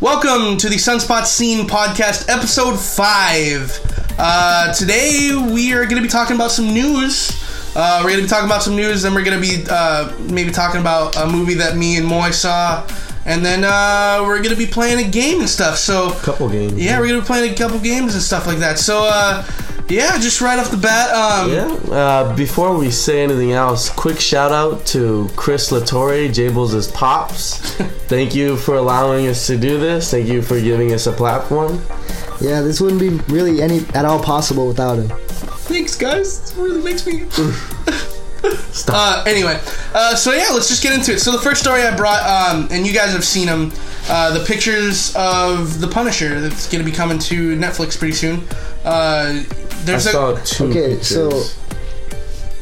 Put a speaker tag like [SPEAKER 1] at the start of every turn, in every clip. [SPEAKER 1] Welcome to the Sunspot Scene Podcast, Episode 5. Uh, today we are going to be talking about some news. Uh, we're going to be talking about some news, then we're going to be uh, maybe talking about a movie that me and Moy saw. And then uh, we're going to be playing a game and stuff. So,
[SPEAKER 2] couple games.
[SPEAKER 1] yeah, we're going to be playing a couple games and stuff like that. So, uh, yeah, just right off the bat. Um,
[SPEAKER 2] Yeah. Uh, before we say anything else, quick shout out to Chris Latore, Jables' pops. Thank you for allowing us to do this. Thank you for giving us a platform.
[SPEAKER 3] Yeah, this wouldn't be really any at all possible without him.
[SPEAKER 1] Thanks, guys. It really makes me.
[SPEAKER 2] Stop.
[SPEAKER 1] Uh, anyway, uh, so yeah, let's just get into it. So the first story I brought, um, and you guys have seen them, uh, the pictures of the Punisher that's going to be coming to Netflix pretty soon. Uh,
[SPEAKER 2] I
[SPEAKER 1] there's a
[SPEAKER 2] saw two
[SPEAKER 3] Okay,
[SPEAKER 2] pictures.
[SPEAKER 3] so-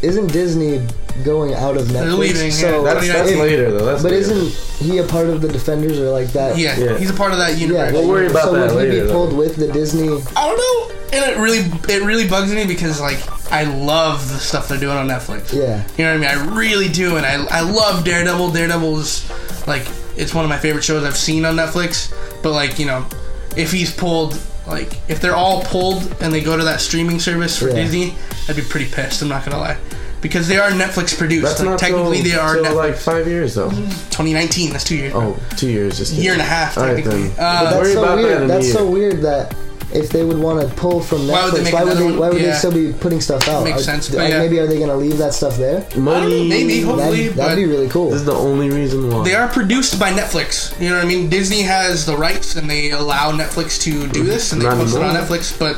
[SPEAKER 3] Isn't Disney going out of Netflix?
[SPEAKER 1] leaving, yeah.
[SPEAKER 3] so,
[SPEAKER 2] that's that's
[SPEAKER 1] If-
[SPEAKER 2] later though. That's
[SPEAKER 3] but
[SPEAKER 2] later.
[SPEAKER 3] isn't he a part of the Defenders or like that?
[SPEAKER 1] yeah,
[SPEAKER 2] Yeah.
[SPEAKER 1] he's a part of that
[SPEAKER 3] yeah.
[SPEAKER 1] universe.
[SPEAKER 2] We'll worry about
[SPEAKER 3] so
[SPEAKER 2] that
[SPEAKER 3] would he
[SPEAKER 2] later,
[SPEAKER 3] be
[SPEAKER 2] though.
[SPEAKER 3] pulled with the Disney?
[SPEAKER 1] I don't know, and it really it really bugs me because like I love the stuff they're doing on Netflix.
[SPEAKER 3] Yeah,
[SPEAKER 1] You know what I mean? I really do, and I I love Daredevil. Daredevil's like it's one of my favorite shows I've seen on Netflix. But like you know, if he's pulled, like if they're all pulled and they go to that streaming service for
[SPEAKER 3] Yeah.
[SPEAKER 1] Disney, I'd be pretty pissed. I'm not gonna lie, because they are Netflix produced.
[SPEAKER 2] that's
[SPEAKER 1] like
[SPEAKER 2] not
[SPEAKER 1] technically
[SPEAKER 2] till,
[SPEAKER 1] they are
[SPEAKER 2] till,
[SPEAKER 1] Netflix.
[SPEAKER 2] like five years though.
[SPEAKER 1] 2019. That's two years.
[SPEAKER 2] Oh, two years. Just kidding.
[SPEAKER 1] Year and a half,
[SPEAKER 2] All right,
[SPEAKER 1] technically.
[SPEAKER 2] then.
[SPEAKER 1] Uh,
[SPEAKER 2] Don't
[SPEAKER 3] that's
[SPEAKER 2] worry
[SPEAKER 3] so
[SPEAKER 2] about
[SPEAKER 3] weird.
[SPEAKER 2] that in a
[SPEAKER 3] that's
[SPEAKER 2] year.
[SPEAKER 3] so weird that if they would want to pull from Netflix,
[SPEAKER 1] Why would they make another
[SPEAKER 3] they,
[SPEAKER 1] one?
[SPEAKER 3] why would
[SPEAKER 1] Yeah.
[SPEAKER 3] they still be putting stuff out?
[SPEAKER 1] Makes
[SPEAKER 3] Are-
[SPEAKER 1] sense,
[SPEAKER 3] d-
[SPEAKER 1] but
[SPEAKER 3] like,
[SPEAKER 1] yeah.
[SPEAKER 3] Maybe are they gonna leave that stuff
[SPEAKER 1] I
[SPEAKER 3] there?
[SPEAKER 1] don't know,
[SPEAKER 2] Money.
[SPEAKER 1] maybe hopefully,
[SPEAKER 3] That'd, that'd
[SPEAKER 1] but
[SPEAKER 3] be really cool.
[SPEAKER 2] This is the only reason why.
[SPEAKER 1] They are produced by Netflix. You know what I mean? Disney has the rights and they allow Netflix to do this and they
[SPEAKER 2] Not
[SPEAKER 1] post it on
[SPEAKER 2] anymore.
[SPEAKER 1] Netflix, but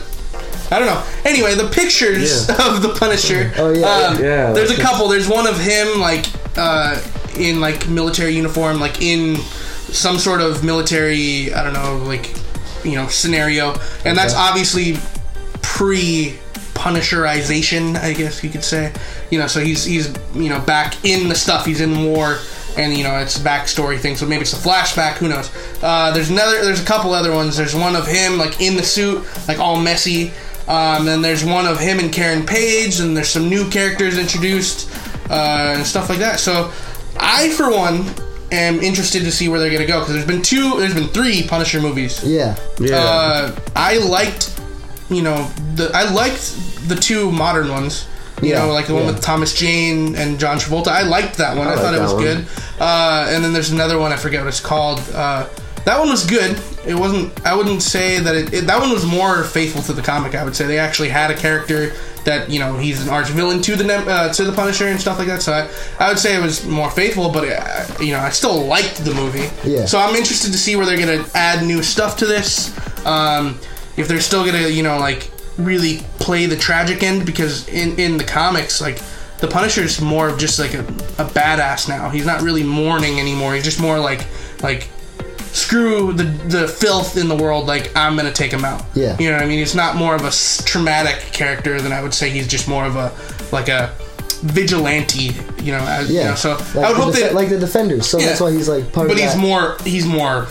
[SPEAKER 1] I don't know. Anyway, the pictures
[SPEAKER 2] Yeah.
[SPEAKER 1] of the Punisher.
[SPEAKER 3] Oh, yeah,
[SPEAKER 1] um,
[SPEAKER 2] yeah. Yeah,
[SPEAKER 1] There's a
[SPEAKER 2] that's-
[SPEAKER 1] couple. There's one of him like uh, in like military uniform, like in some sort of military. I don't know, like you know scenario, and that's obviously pre punisherization i guess you could say you know so he's he's you know back in the stuff he's in war and you know it's backstory thing so maybe it's a flashback who knows uh, there's another there's a couple other ones there's one of him like in the suit like all messy um, and there's one of him and karen page and there's some new characters introduced uh, and stuff like that so i for one am interested to see where they're gonna go because there's been two there's been three punisher movies
[SPEAKER 3] yeah,
[SPEAKER 2] Yeah.
[SPEAKER 1] uh, I liked, you know, the I liked the two modern ones. You
[SPEAKER 3] Yeah,
[SPEAKER 1] know, like the one
[SPEAKER 3] yeah.
[SPEAKER 1] with Thomas Jane and John Travolta. I liked that one. I,
[SPEAKER 2] like
[SPEAKER 1] thought it
[SPEAKER 2] that
[SPEAKER 1] was
[SPEAKER 2] one.
[SPEAKER 1] good. Uh, and then there's another one I forget what it's called. Uh, that one was good. It wasn't. I wouldn't say that it, it. That one was more faithful to the comic. I would say they actually had a character that you know he's an arch villain to the Nem- uh, to the Punisher and stuff like that. So I, I would say it was more faithful, but uh you know I still liked the movie.
[SPEAKER 3] Yeah.
[SPEAKER 1] So I'm interested to see where they're gonna add new stuff to this. Um, if they're still gonna, you know, like really play the tragic end because in in the comics, like the Punisher's more of just like a, a badass now. He's not really mourning anymore. He's just more like like screw the the filth in the world. Like I'm gonna take him out.
[SPEAKER 3] Yeah.
[SPEAKER 1] You know what I mean? He's not more of a s- traumatic character than I would say. He's just more of a like a vigilante. You know. As, you
[SPEAKER 3] yeah.
[SPEAKER 1] know, so
[SPEAKER 3] like
[SPEAKER 1] I would
[SPEAKER 3] the
[SPEAKER 1] hope
[SPEAKER 3] defe-
[SPEAKER 1] that
[SPEAKER 3] like the Defenders. So
[SPEAKER 1] Yeah.
[SPEAKER 3] that's why he's like part
[SPEAKER 1] but
[SPEAKER 3] of
[SPEAKER 1] he's
[SPEAKER 3] that.
[SPEAKER 1] more he's more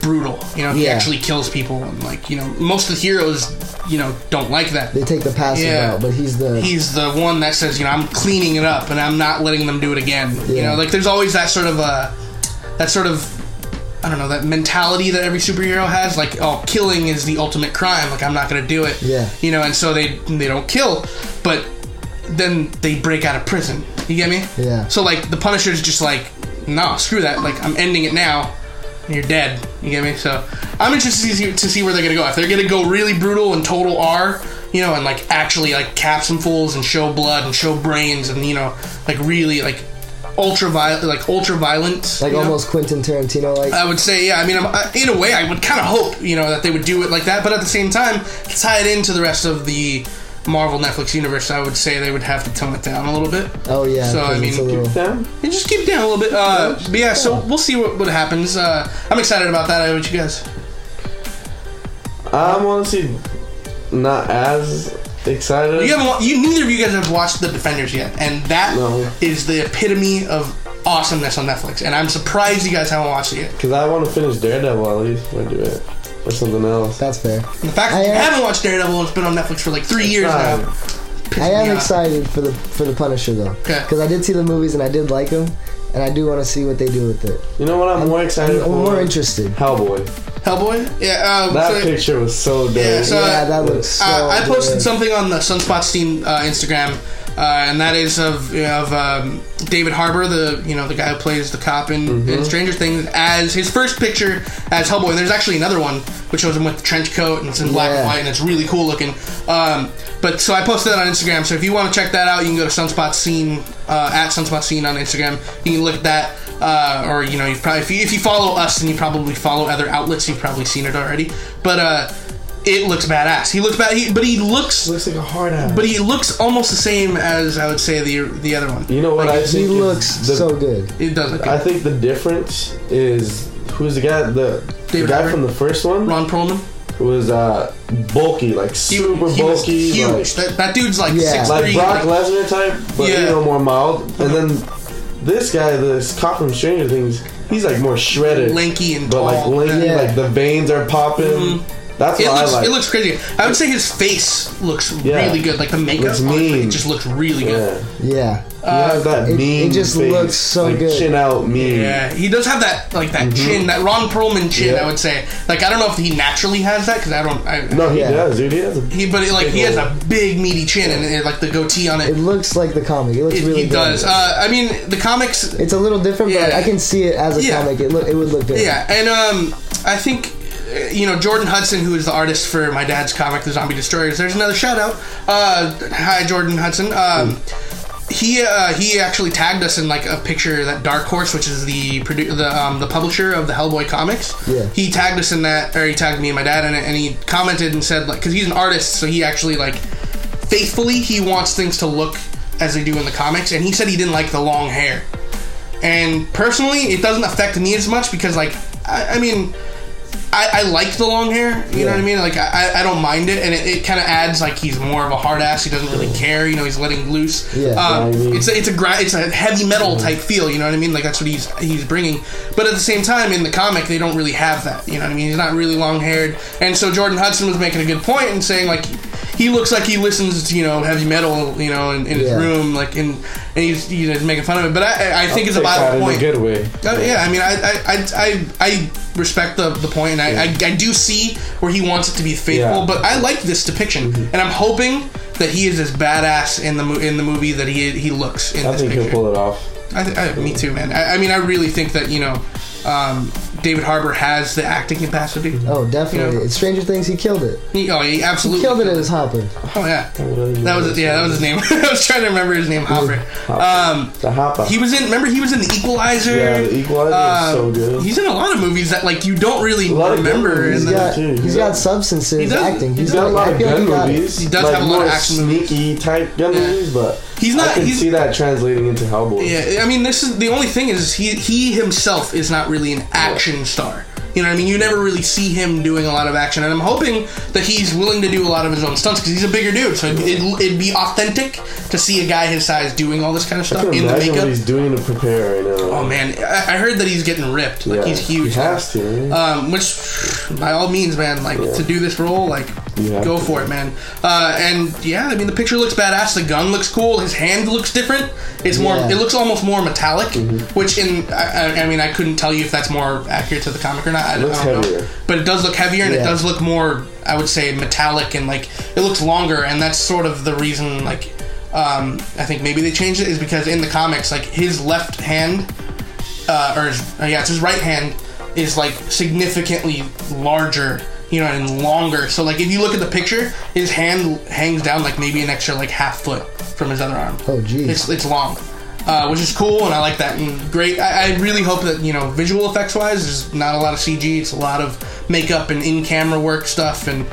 [SPEAKER 1] brutal. You know, he
[SPEAKER 3] Yeah.
[SPEAKER 1] actually kills people and like, you know, most of the heroes, you know, don't like that.
[SPEAKER 3] they take the passive
[SPEAKER 1] Yeah.
[SPEAKER 3] out, but he's the
[SPEAKER 1] He's the one that says, you know, I'm cleaning it up and I'm not letting them do it again. You
[SPEAKER 3] Yeah.
[SPEAKER 1] know, like there's always that sort of uh that sort of I don't know, that mentality that every superhero has, like, oh, killing is the ultimate crime, like I'm not gonna do it.
[SPEAKER 3] Yeah.
[SPEAKER 1] You know, and so they they don't kill, but then they break out of prison. You get me?
[SPEAKER 3] Yeah.
[SPEAKER 1] So like the Punisher's just like, nah, screw that. Like I'm ending it now. And you're dead. You get me? So I'm interested to see, to see where they're gonna go. If they're gonna go really brutal and total R, you know, and like actually like cap some fools and show blood and show brains and you know like really like ultra violent like ultra violent
[SPEAKER 3] like almost Quentin Tarantino. Like
[SPEAKER 1] I would say, yeah. I mean, I'm, I, in a way, I would kind of hope, you know, that they would do it like that. But at the same time, to tie it into the rest of the Marvel Netflix universe, I would say they would have to tone it down a little bit.
[SPEAKER 3] oh yeah,
[SPEAKER 1] So, I
[SPEAKER 3] because it's a
[SPEAKER 1] mean,
[SPEAKER 3] little-
[SPEAKER 2] Them?
[SPEAKER 1] And just keep it down a little bit. Uh, but yeah, so we'll see what, what happens. Uh, I'm excited about that. I what you guys. Uh,
[SPEAKER 2] I'm honestly not as excited.
[SPEAKER 1] You haven't. wa- You neither of you guys have watched The Defenders yet, and that is
[SPEAKER 2] No.
[SPEAKER 1] the epitome of awesomeness on Netflix. And I'm surprised you guys haven't watched it yet.
[SPEAKER 2] Because I want to finish Daredevil at least, or do it, or something else.
[SPEAKER 3] That's fair.
[SPEAKER 1] The fact that
[SPEAKER 3] I
[SPEAKER 1] you
[SPEAKER 3] am-
[SPEAKER 1] haven't watched Daredevil, it's been on Netflix for like three years
[SPEAKER 2] Fine.
[SPEAKER 1] now.
[SPEAKER 3] I am
[SPEAKER 1] Yeah.
[SPEAKER 3] excited for the for the Punisher though,
[SPEAKER 1] 'Kay.
[SPEAKER 3] because I did see the movies and I did like them, and I do want to see what they do with it.
[SPEAKER 2] You know what? I'm, more excited
[SPEAKER 3] I'm, I'm
[SPEAKER 2] for
[SPEAKER 3] more interested.
[SPEAKER 2] Hellboy.
[SPEAKER 1] Hellboy. Yeah. Um,
[SPEAKER 2] That
[SPEAKER 1] so-
[SPEAKER 2] picture was so dope.
[SPEAKER 1] Yeah, so-
[SPEAKER 3] yeah, that looks. So
[SPEAKER 1] Uh, I posted
[SPEAKER 3] good.
[SPEAKER 1] something on the Sunspots team uh, Instagram, uh, and that is of of um, David Harbour, the you know the guy who plays the cop in,
[SPEAKER 3] Mm-hmm.
[SPEAKER 1] in Stranger Things, as his first picture as Hellboy. There's actually another one which shows him with the trench coat and it's in black and
[SPEAKER 3] Yeah.
[SPEAKER 1] white and it's really cool looking. Um, but so I posted that on Instagram. So if you want to check that out, you can go to Sunspot Scene uh, at Sunspot Scene on Instagram. You can look at that. Uh, or you know, you probably if you, if you follow us and you probably follow other outlets, you've probably seen it already. But uh, it looks badass. He looks bad, he, but he looks,
[SPEAKER 2] looks like a hard ass.
[SPEAKER 1] but he looks almost the same as I would say the the other one.
[SPEAKER 2] you know what I think?
[SPEAKER 3] He
[SPEAKER 2] is
[SPEAKER 3] looks
[SPEAKER 2] the-
[SPEAKER 3] so good.
[SPEAKER 1] It does look
[SPEAKER 2] I
[SPEAKER 1] good.
[SPEAKER 2] think the difference is who's the guy? The, the
[SPEAKER 1] David
[SPEAKER 2] guy
[SPEAKER 1] Harbour.
[SPEAKER 2] from the first one
[SPEAKER 1] Ron Perlman,
[SPEAKER 2] was uh, bulky, like
[SPEAKER 1] he,
[SPEAKER 2] super
[SPEAKER 1] he was
[SPEAKER 2] bulky,
[SPEAKER 1] huge.
[SPEAKER 2] like-
[SPEAKER 1] that, that dude's like
[SPEAKER 3] Yeah.
[SPEAKER 1] six
[SPEAKER 3] It's
[SPEAKER 2] like
[SPEAKER 1] three.
[SPEAKER 2] Brock Lesnar type, but
[SPEAKER 1] Yeah.
[SPEAKER 2] you know more mild. And then this guy, this cop from Stranger Things, he's like more shredded,
[SPEAKER 1] lanky and
[SPEAKER 2] but
[SPEAKER 1] tall. Mm-hmm.
[SPEAKER 2] like lanky,
[SPEAKER 3] Yeah.
[SPEAKER 2] like the veins are popping. That's
[SPEAKER 1] It
[SPEAKER 2] what
[SPEAKER 1] looks,
[SPEAKER 2] I like.
[SPEAKER 1] it looks crazy. I would say his face looks
[SPEAKER 2] Yeah.
[SPEAKER 1] really good. Like the makeup,
[SPEAKER 2] Looks
[SPEAKER 1] on it,
[SPEAKER 2] mean.
[SPEAKER 1] it just looks really good.
[SPEAKER 2] yeah.
[SPEAKER 3] Yeah.
[SPEAKER 1] Uh,
[SPEAKER 2] he has that
[SPEAKER 3] Uh, it- it
[SPEAKER 2] mean.
[SPEAKER 3] just
[SPEAKER 2] face,
[SPEAKER 3] looks so
[SPEAKER 2] like,
[SPEAKER 3] good.
[SPEAKER 2] Chin out, mean.
[SPEAKER 1] Yeah, he does have that like that chin, that Ron Perlman chin.
[SPEAKER 2] Mm-hmm. Yeah.
[SPEAKER 1] I would say. Like I don't know if he naturally has that because I don't. I,
[SPEAKER 2] No, he
[SPEAKER 3] Yeah.
[SPEAKER 2] does, dude. He has a
[SPEAKER 1] He, but it, like
[SPEAKER 2] Big
[SPEAKER 1] he has
[SPEAKER 2] old-
[SPEAKER 1] a big meaty chin and, and like the goatee on it.
[SPEAKER 3] It looks like the comic. It looks
[SPEAKER 1] It-
[SPEAKER 3] really
[SPEAKER 1] he
[SPEAKER 3] good.
[SPEAKER 1] does. Uh, I mean, the comics
[SPEAKER 3] It's a little different, but
[SPEAKER 1] Yeah.
[SPEAKER 3] I can see it as a
[SPEAKER 1] Yeah.
[SPEAKER 3] comic. It look, it would look good.
[SPEAKER 1] Yeah, and um, I think uh, you know Jordan Hudson, who is the artist for my dad's comic, The Zombie Destroyers. There's another shout out. Uh, hi, Jordan Hudson. Um, he uh, he actually tagged us in like a picture that Dark Horse, which is the produ- the um, the publisher of the Hellboy comics.
[SPEAKER 3] Yeah.
[SPEAKER 1] He tagged us in that, or he tagged me and my dad in it, and he commented and said like, because he's an artist, so he actually like faithfully he wants things to look as they do in the comics, and he said he didn't like the long hair. And personally, it doesn't affect me as much because, like, I, I mean, I, I like the long hair. You know what I mean? Like, I, I- I don't mind it, and it, it kind of adds like he's more of a hard ass. He doesn't really care. You know, he's letting loose.
[SPEAKER 3] Yeah,
[SPEAKER 1] um,
[SPEAKER 2] I mean-
[SPEAKER 1] it's a, it's a gra- it's a heavy metal type feel. You know what I mean? Like that's what he's he's bringing. But at the same time, in the comic, they don't really have that. You know what I mean? He's not really long haired, and so Jordan Hudson was making a good point and saying like. He looks like he listens to you know heavy metal you know in, in his
[SPEAKER 3] Yeah.
[SPEAKER 1] room like in, and he's you know making fun of it but I, I- I think it's a
[SPEAKER 2] take that
[SPEAKER 1] viable
[SPEAKER 2] in a
[SPEAKER 1] point
[SPEAKER 2] good way.
[SPEAKER 1] uh, yeah, I mean, I I, I, I, I respect the, the point, and I, I, I do see where he wants it to be faithful,
[SPEAKER 2] Yeah. Mm-hmm.
[SPEAKER 1] but I like this depiction, and I'm hoping that he is as badass in the mo- in the movie that he he looks in
[SPEAKER 2] I
[SPEAKER 1] this
[SPEAKER 2] think he'll
[SPEAKER 1] picture.
[SPEAKER 2] pull it off.
[SPEAKER 1] I, th- I, me too, man. I, I mean, I really think that you know, um, David Harbour has the acting capacity.
[SPEAKER 2] Mm-hmm.
[SPEAKER 3] Oh, definitely.
[SPEAKER 1] Yeah.
[SPEAKER 3] Stranger Things, he killed it.
[SPEAKER 1] He, oh, he
[SPEAKER 3] He
[SPEAKER 1] absolutely
[SPEAKER 3] killed it as Hopper.
[SPEAKER 1] Oh yeah, that was yeah, that was his name. I was trying to remember his name, Hopper. Um,
[SPEAKER 2] the Mm-hmm. hopper.
[SPEAKER 1] he was in. Remember, he was in The Equalizer.
[SPEAKER 2] yeah, the equalizer
[SPEAKER 1] Um,
[SPEAKER 2] is so good.
[SPEAKER 1] He's in a lot of movies that like you don't really
[SPEAKER 2] lot of good
[SPEAKER 1] remember.
[SPEAKER 2] movies,
[SPEAKER 1] And
[SPEAKER 3] He's
[SPEAKER 1] then,
[SPEAKER 3] got,
[SPEAKER 2] too.
[SPEAKER 3] he's got substance in
[SPEAKER 1] He
[SPEAKER 3] his
[SPEAKER 1] does-
[SPEAKER 3] acting.
[SPEAKER 1] he
[SPEAKER 2] He's
[SPEAKER 3] He's
[SPEAKER 2] got a lot
[SPEAKER 3] I
[SPEAKER 2] of
[SPEAKER 3] feel
[SPEAKER 2] gun
[SPEAKER 3] like got it.
[SPEAKER 2] movies.
[SPEAKER 1] He does
[SPEAKER 2] like
[SPEAKER 1] have a lot of
[SPEAKER 2] more
[SPEAKER 1] action
[SPEAKER 2] sneaky type gun
[SPEAKER 1] Yeah.
[SPEAKER 2] movies, but
[SPEAKER 1] He's
[SPEAKER 2] I
[SPEAKER 1] not-
[SPEAKER 2] can
[SPEAKER 1] he's-
[SPEAKER 2] see that translating into Hellboy.
[SPEAKER 1] yeah, I mean, this is the only thing is he he himself is not really an action star. You know what I mean? You never really see him doing a lot of action, and I'm hoping that he's willing to do a lot of his own stunts because he's a bigger dude. So it'd, it'd, it'd be authentic to see a guy his size doing all this kind of
[SPEAKER 2] I
[SPEAKER 1] stuff
[SPEAKER 2] can
[SPEAKER 1] in the
[SPEAKER 2] imagine what
[SPEAKER 1] makeup.
[SPEAKER 2] he's doing to prepare right now.
[SPEAKER 1] Oh man, I, I heard that he's getting ripped. Like
[SPEAKER 2] Yeah.
[SPEAKER 1] he's huge.
[SPEAKER 2] He has to. man.
[SPEAKER 1] Um, which, by all means, man, like to do this role, like
[SPEAKER 2] Yeah.
[SPEAKER 1] go for it, man. Uh, and yeah, I mean, the picture looks badass. The gun looks cool. His hand looks different. It's more.
[SPEAKER 3] Yeah.
[SPEAKER 1] It looks almost more metallic.
[SPEAKER 2] Mm-hmm.
[SPEAKER 1] Which in, I, I- I mean, I couldn't tell you if that's more accurate to the comic or not. I,
[SPEAKER 2] Looks
[SPEAKER 1] I don't know.
[SPEAKER 2] heavier.
[SPEAKER 1] But it does look heavier, and it
[SPEAKER 3] Yeah.
[SPEAKER 1] does look more. I would say metallic, and like it looks longer, and that's sort of the reason, like. Um, I think maybe they changed it is because in the comics, like his left hand uh, or his, uh, yeah, it's his right hand is like significantly larger, you know, and longer. So like if you look at the picture, his hand hangs down like maybe an extra like half foot from his other arm.
[SPEAKER 3] Oh, geez.
[SPEAKER 1] it's it's long. Uh, which is cool, and I like that. And great. I, I really hope that you know, visual effects wise, there's not a lot of CG. It's a lot of makeup and in-camera work stuff, and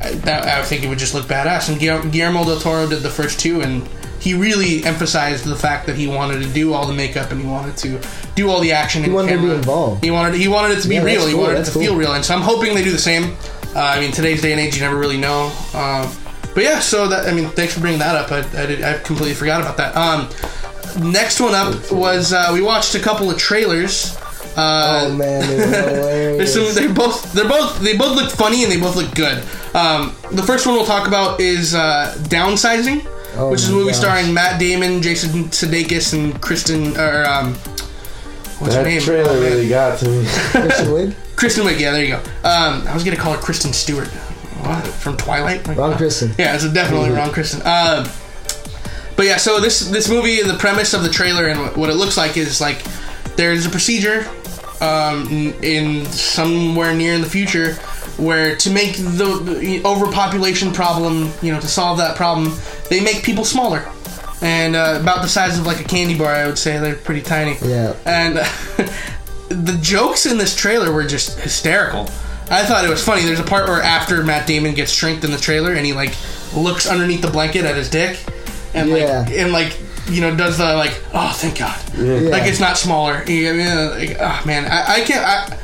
[SPEAKER 1] I, that, I think it would just look badass. And Guillermo, Guillermo del Toro did the first two, and he really emphasized the fact that he wanted to do all the makeup and he wanted to do all the action. He
[SPEAKER 3] wanted to be involved.
[SPEAKER 1] He wanted he wanted it to be
[SPEAKER 3] Yeah, that's
[SPEAKER 1] real. he
[SPEAKER 3] cool,
[SPEAKER 1] wanted it
[SPEAKER 3] that's
[SPEAKER 1] to feel
[SPEAKER 3] cool.
[SPEAKER 1] real. And so I'm hoping they do the same. Uh, I mean, today's day and age, you never really know. Um, but yeah, so that I mean, thanks for bringing that up. I, I, did, I completely forgot about that. Um, next one up was uh, we watched a couple of trailers. Uh,
[SPEAKER 3] Oh man, it was
[SPEAKER 1] there's some,
[SPEAKER 3] hilarious.
[SPEAKER 1] they both they're both they both look funny and they both look good. Um, the first one we'll talk about is uh, downsizing,
[SPEAKER 3] Oh
[SPEAKER 1] which is a
[SPEAKER 3] my
[SPEAKER 1] movie
[SPEAKER 3] gosh.
[SPEAKER 1] starring Matt Damon, Jason Sudeikis, and Kristen or um, What's her
[SPEAKER 2] That
[SPEAKER 1] name?
[SPEAKER 2] trailer really got to me.
[SPEAKER 3] Kristen Wiig?
[SPEAKER 1] Kristen Wiig. Yeah, there you go. Um, I was gonna call her Kristen Stewart What? from Twilight. Like,
[SPEAKER 3] Ron Kristen. Mm-hmm.
[SPEAKER 1] Yeah, it's definitely wrong, Kristen. Um, but yeah, so this this movie, the premise of the trailer and what- what it looks like is like there's a procedure um, in- in somewhere near in the future where to make the the overpopulation problem, you know, to solve that problem, they make people smaller and uh, about the size of like a candy bar. I would say they're pretty tiny.
[SPEAKER 3] Yeah.
[SPEAKER 1] And the jokes in this trailer were just hysterical. I thought it was funny. There's a part where after Matt Damon gets shrinked in the trailer and he like looks underneath the blanket at his dick and
[SPEAKER 3] Yeah.
[SPEAKER 1] like and like you know does the like oh thank God
[SPEAKER 2] Yeah.
[SPEAKER 1] like it's not smaller. You know, I mean, like, oh man, I, I can't. I,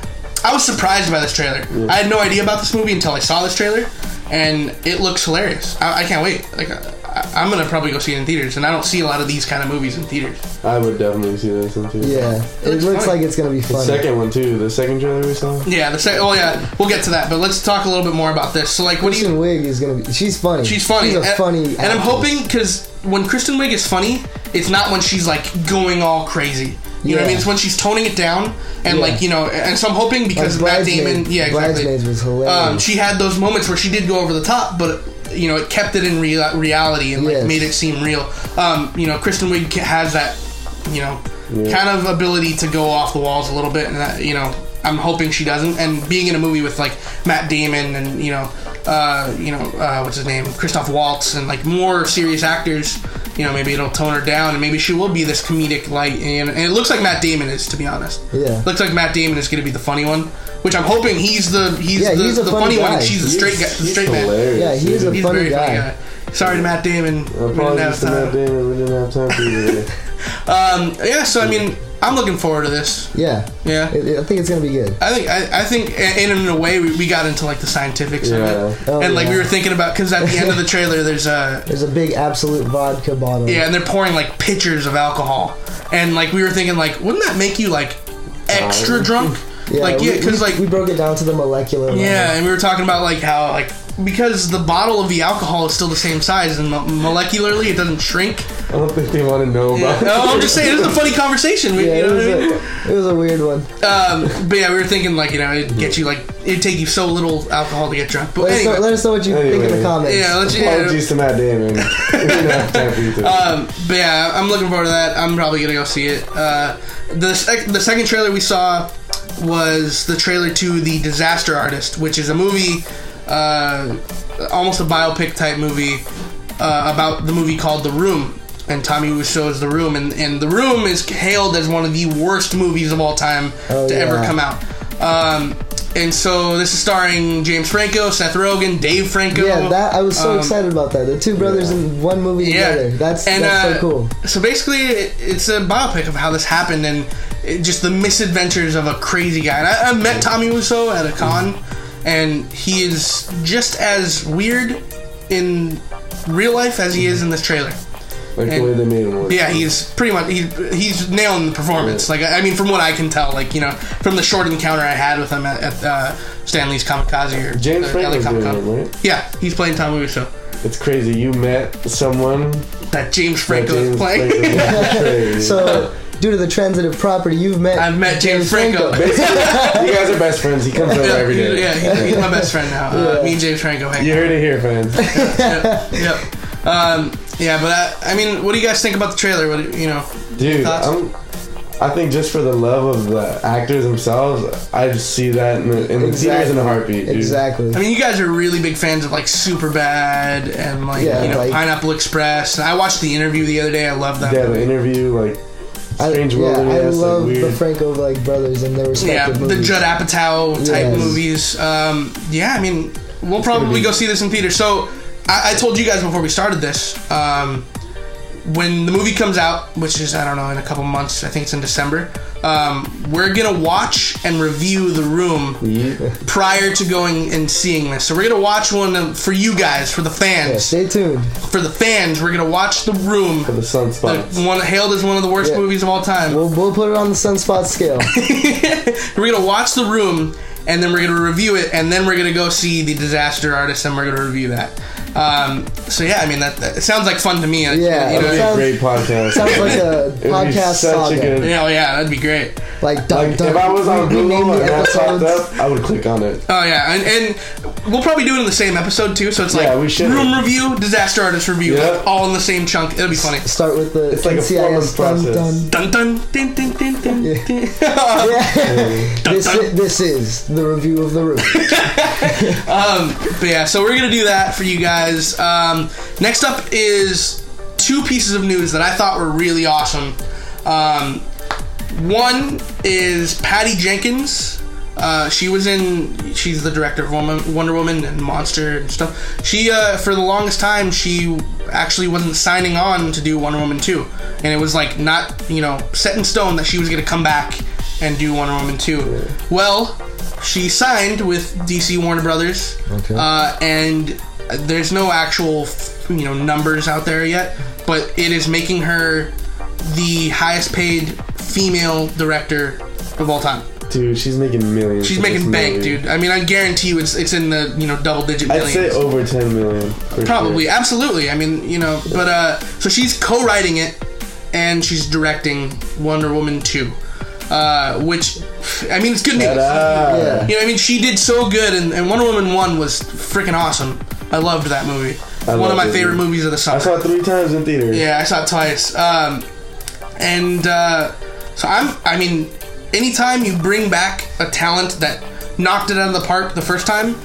[SPEAKER 1] I was surprised by this trailer. I had no idea about this movie until I saw this trailer, and it looks hilarious. I, I can't wait. Like uh, I, I'm gonna probably go see it in theaters, and I don't see a lot of these kind of movies in theaters.
[SPEAKER 2] I would definitely see this one too.
[SPEAKER 3] Yeah. It
[SPEAKER 1] looks
[SPEAKER 3] looks
[SPEAKER 1] funny.
[SPEAKER 3] like it's gonna be
[SPEAKER 2] The
[SPEAKER 3] fun.
[SPEAKER 2] second one too. The second trailer we saw.
[SPEAKER 1] Yeah, the sec- oh yeah, we'll get to that, but let's talk a little bit more about this. So like, what do you?
[SPEAKER 3] Kristen Wiig is gonna be. She's funny.
[SPEAKER 1] She's funny.
[SPEAKER 3] She's a
[SPEAKER 1] and,
[SPEAKER 3] funny.
[SPEAKER 1] and I'm
[SPEAKER 3] actress.
[SPEAKER 1] hoping because when Kristen Wiig is funny, it's not when she's like going all crazy. You know what I mean?
[SPEAKER 3] Yeah.
[SPEAKER 1] It's when she's toning it down and
[SPEAKER 3] Yeah.
[SPEAKER 1] like you know. And so I'm hoping because Matt
[SPEAKER 3] Like Bridesmaid-
[SPEAKER 1] Damon, yeah, exactly.
[SPEAKER 3] Bridesmaids was hilarious.
[SPEAKER 1] Um, she had those moments where she did go over the top, but you know it kept it in rea- reality and like
[SPEAKER 3] Yes.
[SPEAKER 1] made it seem real. Um, you know, Kristen Wiig ca- has that you know
[SPEAKER 2] Yeah.
[SPEAKER 1] kind of ability to go off the walls a little bit, and that you know I'm hoping she doesn't. And being in a movie with like Matt Damon and you know uh, you know uh, what's his name Christoph Waltz and like more serious actors. You know, maybe it'll tone her down, and maybe she will be this comedic light. And, and it looks like Matt Damon is, to be honest.
[SPEAKER 3] Yeah.
[SPEAKER 1] looks like Matt Damon is going to be the funny one, which I'm hoping he's the he's
[SPEAKER 3] Yeah,
[SPEAKER 1] the,
[SPEAKER 3] he's a
[SPEAKER 1] the
[SPEAKER 3] funny
[SPEAKER 1] funny one. And
[SPEAKER 3] guy.
[SPEAKER 1] she's the straight guy, the
[SPEAKER 2] He's
[SPEAKER 1] straight man.
[SPEAKER 2] hilarious,
[SPEAKER 3] Yeah, he is
[SPEAKER 2] dude.
[SPEAKER 3] a-
[SPEAKER 1] He's
[SPEAKER 3] Funny
[SPEAKER 1] a very funny
[SPEAKER 3] guy. Uh,
[SPEAKER 1] guy. Sorry to Matt Damon. We didn't have
[SPEAKER 2] Apologies to Matt
[SPEAKER 1] time.
[SPEAKER 2] Damon. We didn't have time for you. today.
[SPEAKER 1] Um, yeah, so I mean, I'm looking forward to this.
[SPEAKER 3] Yeah.
[SPEAKER 1] Yeah.
[SPEAKER 3] It- it- I think it's gonna be good.
[SPEAKER 1] I think I, I think and and in a way we, we got into like the scientifics
[SPEAKER 2] Yeah.
[SPEAKER 1] of it,
[SPEAKER 3] Oh,
[SPEAKER 1] and like we
[SPEAKER 3] yeah.
[SPEAKER 1] were thinking about because at the end of the trailer there's a
[SPEAKER 3] There's a big absolute vodka bottle.
[SPEAKER 1] yeah and they're pouring like pitchers of alcohol, and like we were thinking like wouldn't that make you like extra drunk? like yeah,
[SPEAKER 3] Uh, we-
[SPEAKER 1] because
[SPEAKER 3] we-
[SPEAKER 1] like
[SPEAKER 3] we broke it down to the molecular level.
[SPEAKER 1] Yeah, and we were talking about like how like because the bottle of the alcohol is still the same size and mo- molecularly it doesn't shrink.
[SPEAKER 2] I don't think they want to know about.
[SPEAKER 1] No, I'm just saying it was a funny conversation. We,
[SPEAKER 3] Yeah,
[SPEAKER 1] you
[SPEAKER 3] it
[SPEAKER 1] know what
[SPEAKER 3] was,
[SPEAKER 1] I mean?
[SPEAKER 3] a, it was a weird one.
[SPEAKER 1] Um, but yeah, we were thinking like you know it'd get you like it'd take you so little alcohol to get drunk. But
[SPEAKER 3] Let, us know,
[SPEAKER 1] anyway,
[SPEAKER 3] let us know what you think in
[SPEAKER 2] Anyway.
[SPEAKER 3] the comments.
[SPEAKER 1] yeah, let's yeah.
[SPEAKER 2] Apologies to Matt Damon. We didn't have time for you. today.
[SPEAKER 1] Um, but yeah, I'm looking forward to that. I'm probably gonna go see it. Uh, the sec- the second trailer we saw was the trailer to the Disaster Artist, which is a movie, uh, almost a biopic type movie uh, about the movie called The Room, and Tommy Wiseau is The Room, and and The Room is hailed as one of the worst movies of all time
[SPEAKER 3] Oh,
[SPEAKER 1] to ever
[SPEAKER 3] yeah.
[SPEAKER 1] come out. Um, and so this is starring James Franco, Seth Rogen, Dave Franco.
[SPEAKER 3] Yeah, that I was so
[SPEAKER 1] Um,
[SPEAKER 3] excited about that. The two brothers in one movie together. That's that's
[SPEAKER 1] uh,
[SPEAKER 3] so cool.
[SPEAKER 1] So basically, it, it's a biopic of how this happened and it, just the misadventures of a crazy guy. And I, I met Tommy Wiseau at a con, and he is just as weird in real life as he is in this trailer.
[SPEAKER 2] like the
[SPEAKER 1] and-
[SPEAKER 2] way they made him look.
[SPEAKER 1] Yeah, he's pretty much he, he's nailing the performance. Like I I mean, from what I can tell, like you know, from the short encounter I had with him at, at uh, Stanley's Kamikaze or
[SPEAKER 2] James
[SPEAKER 1] or LA
[SPEAKER 2] Franco's doing
[SPEAKER 1] Comic-Con.
[SPEAKER 2] it, right?
[SPEAKER 1] Yeah, he's playing Tommy Wiseau.
[SPEAKER 2] It's crazy. You met someone.
[SPEAKER 1] That James
[SPEAKER 2] that
[SPEAKER 1] Franco is
[SPEAKER 2] James
[SPEAKER 1] playing.
[SPEAKER 2] Franco- That's crazy.
[SPEAKER 3] So due to the transitive property, you've met
[SPEAKER 1] I've met James Franco.
[SPEAKER 2] Basically, you guys are best friends. He comes over every day.
[SPEAKER 1] Yeah, he- he's my best friend now. Uh, me and James Franco hang
[SPEAKER 2] You
[SPEAKER 1] out.
[SPEAKER 2] heard it here, fans.
[SPEAKER 1] Yep. yep. Um, yeah, but I, I mean, what do you guys think about the trailer? What do, you know?
[SPEAKER 2] Dude,
[SPEAKER 1] Thoughts?
[SPEAKER 2] I'm, I think just for the love of the actors themselves, I see that in the, in the theaters in a heartbeat. Dude.
[SPEAKER 3] Exactly.
[SPEAKER 1] I mean, you guys are really big fans of like Superbad and like
[SPEAKER 3] Yeah,
[SPEAKER 1] you know
[SPEAKER 3] like-
[SPEAKER 1] Pineapple Express. And I watched the interview the other day. I love that.
[SPEAKER 2] Yeah,
[SPEAKER 1] movie.
[SPEAKER 2] the interview, like
[SPEAKER 3] I,
[SPEAKER 2] Strange
[SPEAKER 3] yeah, I
[SPEAKER 2] Wilderness, like,
[SPEAKER 3] love the
[SPEAKER 2] weird.
[SPEAKER 3] Franco like brothers and their
[SPEAKER 1] yeah,
[SPEAKER 3] respective
[SPEAKER 1] the
[SPEAKER 3] movies.
[SPEAKER 1] Judd Apatow type
[SPEAKER 3] Yes.
[SPEAKER 1] movies. Um, yeah, I mean, we'll probably
[SPEAKER 2] be-
[SPEAKER 1] go see this in theater. So I, I told you guys before we started this. Um, when the movie comes out, which is I don't know in a couple months, I think it's in December. Um, we're gonna watch and review The Room prior to going and seeing this. So we're gonna watch one of, for you guys, for the
[SPEAKER 3] Yeah,
[SPEAKER 1] fans,
[SPEAKER 3] stay tuned.
[SPEAKER 1] for the fans. We're gonna watch The Room,
[SPEAKER 2] the sunspots.
[SPEAKER 1] the one hailed as one of the worst
[SPEAKER 3] Yeah.
[SPEAKER 1] movies of all time.
[SPEAKER 3] We'll, we'll put it on the sunspot scale.
[SPEAKER 1] we're gonna watch the room and then we're gonna review it and then we're gonna go see the disaster artist and we're gonna review that Um, so yeah, I mean that, that it sounds like fun to me. I-
[SPEAKER 3] Yeah,
[SPEAKER 1] you
[SPEAKER 2] That'd be
[SPEAKER 1] know,
[SPEAKER 2] a great podcast.
[SPEAKER 3] Sounds like a
[SPEAKER 2] It'd be
[SPEAKER 3] podcast
[SPEAKER 2] such a
[SPEAKER 3] saga.
[SPEAKER 2] good-
[SPEAKER 1] yeah, well, yeah, that'd be great.
[SPEAKER 3] Like, dun,
[SPEAKER 2] Like,
[SPEAKER 3] dun,
[SPEAKER 2] if I was on
[SPEAKER 3] name the
[SPEAKER 2] Google and that popped
[SPEAKER 3] episodes.
[SPEAKER 2] up, I would click on it.
[SPEAKER 1] Oh yeah, and, and we'll probably do it in the same episode too. So it's like
[SPEAKER 2] Yeah, we should.
[SPEAKER 1] room review, disaster artist review,
[SPEAKER 2] Yeah.
[SPEAKER 1] like, all in the same chunk. It'll be funny.
[SPEAKER 3] Start with the
[SPEAKER 2] It's like a
[SPEAKER 3] NCIS
[SPEAKER 2] formal
[SPEAKER 3] dun,
[SPEAKER 2] process.
[SPEAKER 1] Dun
[SPEAKER 3] dun.
[SPEAKER 1] dun dun dun dun dun.
[SPEAKER 3] Yeah.
[SPEAKER 1] dun.
[SPEAKER 3] Yeah. this, i- this is the review of the room.
[SPEAKER 1] Um, but yeah, so we're gonna do that for you guys. Um, next up is two pieces of news that I thought were really awesome. Um, one is Patty Jenkins. Uh, she was in. She's the director of Woman, Wonder Woman and Monster and stuff. She, uh, for the longest time, she actually wasn't signing on to do Wonder Woman two, and it was like not you know set in stone that she was gonna come back and do Wonder Woman two. Well, she signed with DC Warner Brothers,
[SPEAKER 3] Okay.
[SPEAKER 1] uh, and there's no actual you know numbers out there yet, but it is making her the highest paid female director of all time.
[SPEAKER 2] Dude, she's making millions.
[SPEAKER 1] She's
[SPEAKER 2] for this
[SPEAKER 1] making bank,
[SPEAKER 2] movie.
[SPEAKER 1] dude. I mean, I guarantee you, it's it's in the you know double digit
[SPEAKER 2] I'd
[SPEAKER 1] millions.
[SPEAKER 2] say over 10 million. for
[SPEAKER 1] Probably,
[SPEAKER 2] sure.
[SPEAKER 1] absolutely. I mean, you know, but uh, so she's co-writing it and she's directing Wonder Woman two, uh, which I mean, it's good news.
[SPEAKER 2] Ta-da.
[SPEAKER 3] Yeah.
[SPEAKER 1] You know, I mean, she did so good, and, and Wonder Woman one was freaking awesome. I loved that movie.
[SPEAKER 2] I
[SPEAKER 1] one of
[SPEAKER 2] love
[SPEAKER 1] my
[SPEAKER 2] it,
[SPEAKER 1] favorite
[SPEAKER 2] dude.
[SPEAKER 1] movies of the summer.
[SPEAKER 2] I saw it three times in theater.
[SPEAKER 1] Yeah, I saw it twice. Um, and uh, so I'm. I mean, anytime you bring back a talent that knocked it out of the park the first time,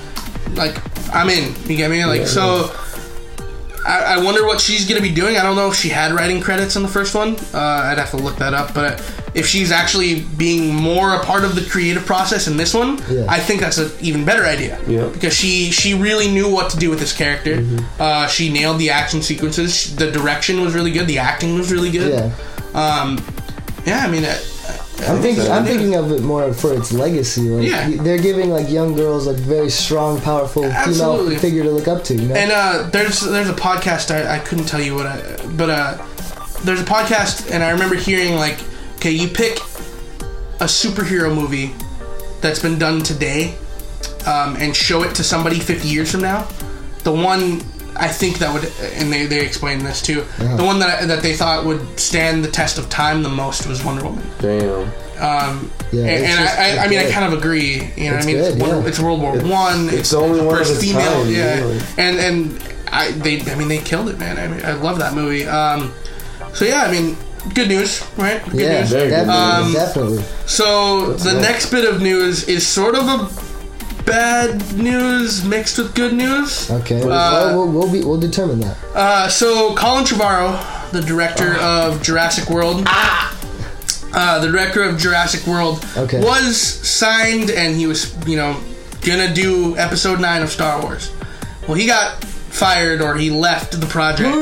[SPEAKER 1] like I'm in. You get me? Like so. I, I wonder what she's gonna be doing. I don't know if she had writing credits in the first one. Uh, I'd have to look that up. But if she's actually being more a part of the creative process in this one,
[SPEAKER 3] Yeah.
[SPEAKER 1] I think that's an even better idea
[SPEAKER 2] Yeah.
[SPEAKER 1] because she she really knew what to do with this character. Uh, she nailed the action sequences. She- The direction was really good. The acting was really good.
[SPEAKER 3] Yeah.
[SPEAKER 1] Um, yeah. I mean, uh,
[SPEAKER 3] I'm thinking,
[SPEAKER 2] so.
[SPEAKER 3] I'm thinking of it more for its legacy. Like,
[SPEAKER 1] Yeah.
[SPEAKER 3] They're giving like young girls a very strong, powerful
[SPEAKER 1] Absolutely.
[SPEAKER 3] female figure to look up to. You know?
[SPEAKER 1] and uh, there's there's a podcast I, I couldn't tell you what I but uh, there's a podcast and I remember hearing like okay you pick a superhero movie that's been done today um, and show it to somebody 50 years from now the one I think that would and they, they explained this too the one that that they thought would stand the test of time the most was Wonder Woman
[SPEAKER 2] Damn.
[SPEAKER 1] um,
[SPEAKER 3] Yeah,
[SPEAKER 1] and,
[SPEAKER 3] it's
[SPEAKER 1] and
[SPEAKER 3] just-
[SPEAKER 1] I, I, I
[SPEAKER 3] it's
[SPEAKER 1] mean I
[SPEAKER 3] good.
[SPEAKER 1] kind of agree you know what I
[SPEAKER 3] It's
[SPEAKER 1] mean it's,
[SPEAKER 3] good,
[SPEAKER 1] Wonder-
[SPEAKER 3] yeah.
[SPEAKER 1] it's World War One
[SPEAKER 2] It's the only one of
[SPEAKER 1] first
[SPEAKER 2] its
[SPEAKER 1] female,
[SPEAKER 2] time.
[SPEAKER 1] yeah.
[SPEAKER 2] really.
[SPEAKER 1] And and I they I mean they killed it, man. I mean I love that movie. Um, so yeah, I mean good news, right? Good
[SPEAKER 3] yeah,
[SPEAKER 1] news.
[SPEAKER 2] very good
[SPEAKER 3] definitely,
[SPEAKER 1] news.
[SPEAKER 3] definitely.
[SPEAKER 1] So the
[SPEAKER 2] nice.
[SPEAKER 1] next bit of news is sort of a bad news mixed with good news.
[SPEAKER 3] Okay,
[SPEAKER 1] Uh,
[SPEAKER 3] well, we'll, we'll be we'll determine that.
[SPEAKER 1] Uh, so Colin Trevorrow, the director of Jurassic World. Uh, the director of Jurassic World
[SPEAKER 3] Okay.
[SPEAKER 1] was signed, and he was, you know, gonna do Episode Nine of Star Wars. Well, he got fired, or he left the project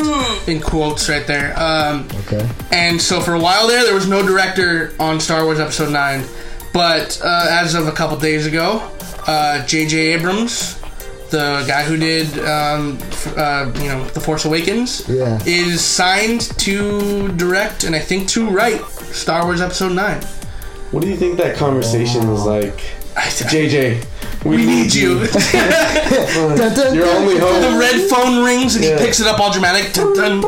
[SPEAKER 1] in quotes right there. Um,
[SPEAKER 3] Okay,
[SPEAKER 1] and so for a while there, there was no director on Star Wars Episode 9. But uh, as of a couple days ago, uh, J.J. Abrams, the guy who did, um, f- uh, you know, The Force Awakens,
[SPEAKER 3] Yeah.
[SPEAKER 1] is signed to direct and I think to write Star Wars Episode 9.
[SPEAKER 2] What do you think that conversation was like?
[SPEAKER 1] I, I
[SPEAKER 2] JJ, we,
[SPEAKER 1] need you.
[SPEAKER 3] Dun, dun,
[SPEAKER 2] Your
[SPEAKER 3] dun.
[SPEAKER 2] only
[SPEAKER 1] the
[SPEAKER 2] hope.
[SPEAKER 1] red phone rings and
[SPEAKER 2] Yeah.
[SPEAKER 1] he picks it up all dramatic. Dun, dun.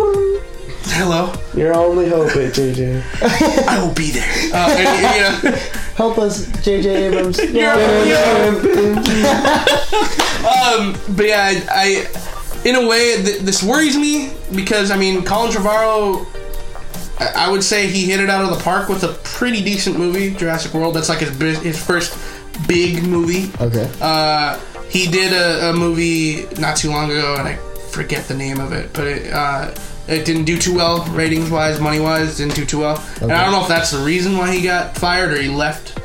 [SPEAKER 1] Hello,
[SPEAKER 2] Your only hope, at JJ.
[SPEAKER 1] I will be there. Uh, and, you know,
[SPEAKER 3] help us, JJ Abrams.
[SPEAKER 1] You're- Um, but yeah, I, I in a way, th- this worries me because I mean, Colin Trevorrow, I, I would say he hit it out of the park with a pretty decent movie, Jurassic World. That's like his bi- his first big movie.
[SPEAKER 3] Okay,
[SPEAKER 1] Uh, he did a, a movie not too long ago, and I forget the name of it, but it, uh, it didn't do too well ratings wise, money wise, didn't do too well. And I don't know if that's the reason why he got fired or he left.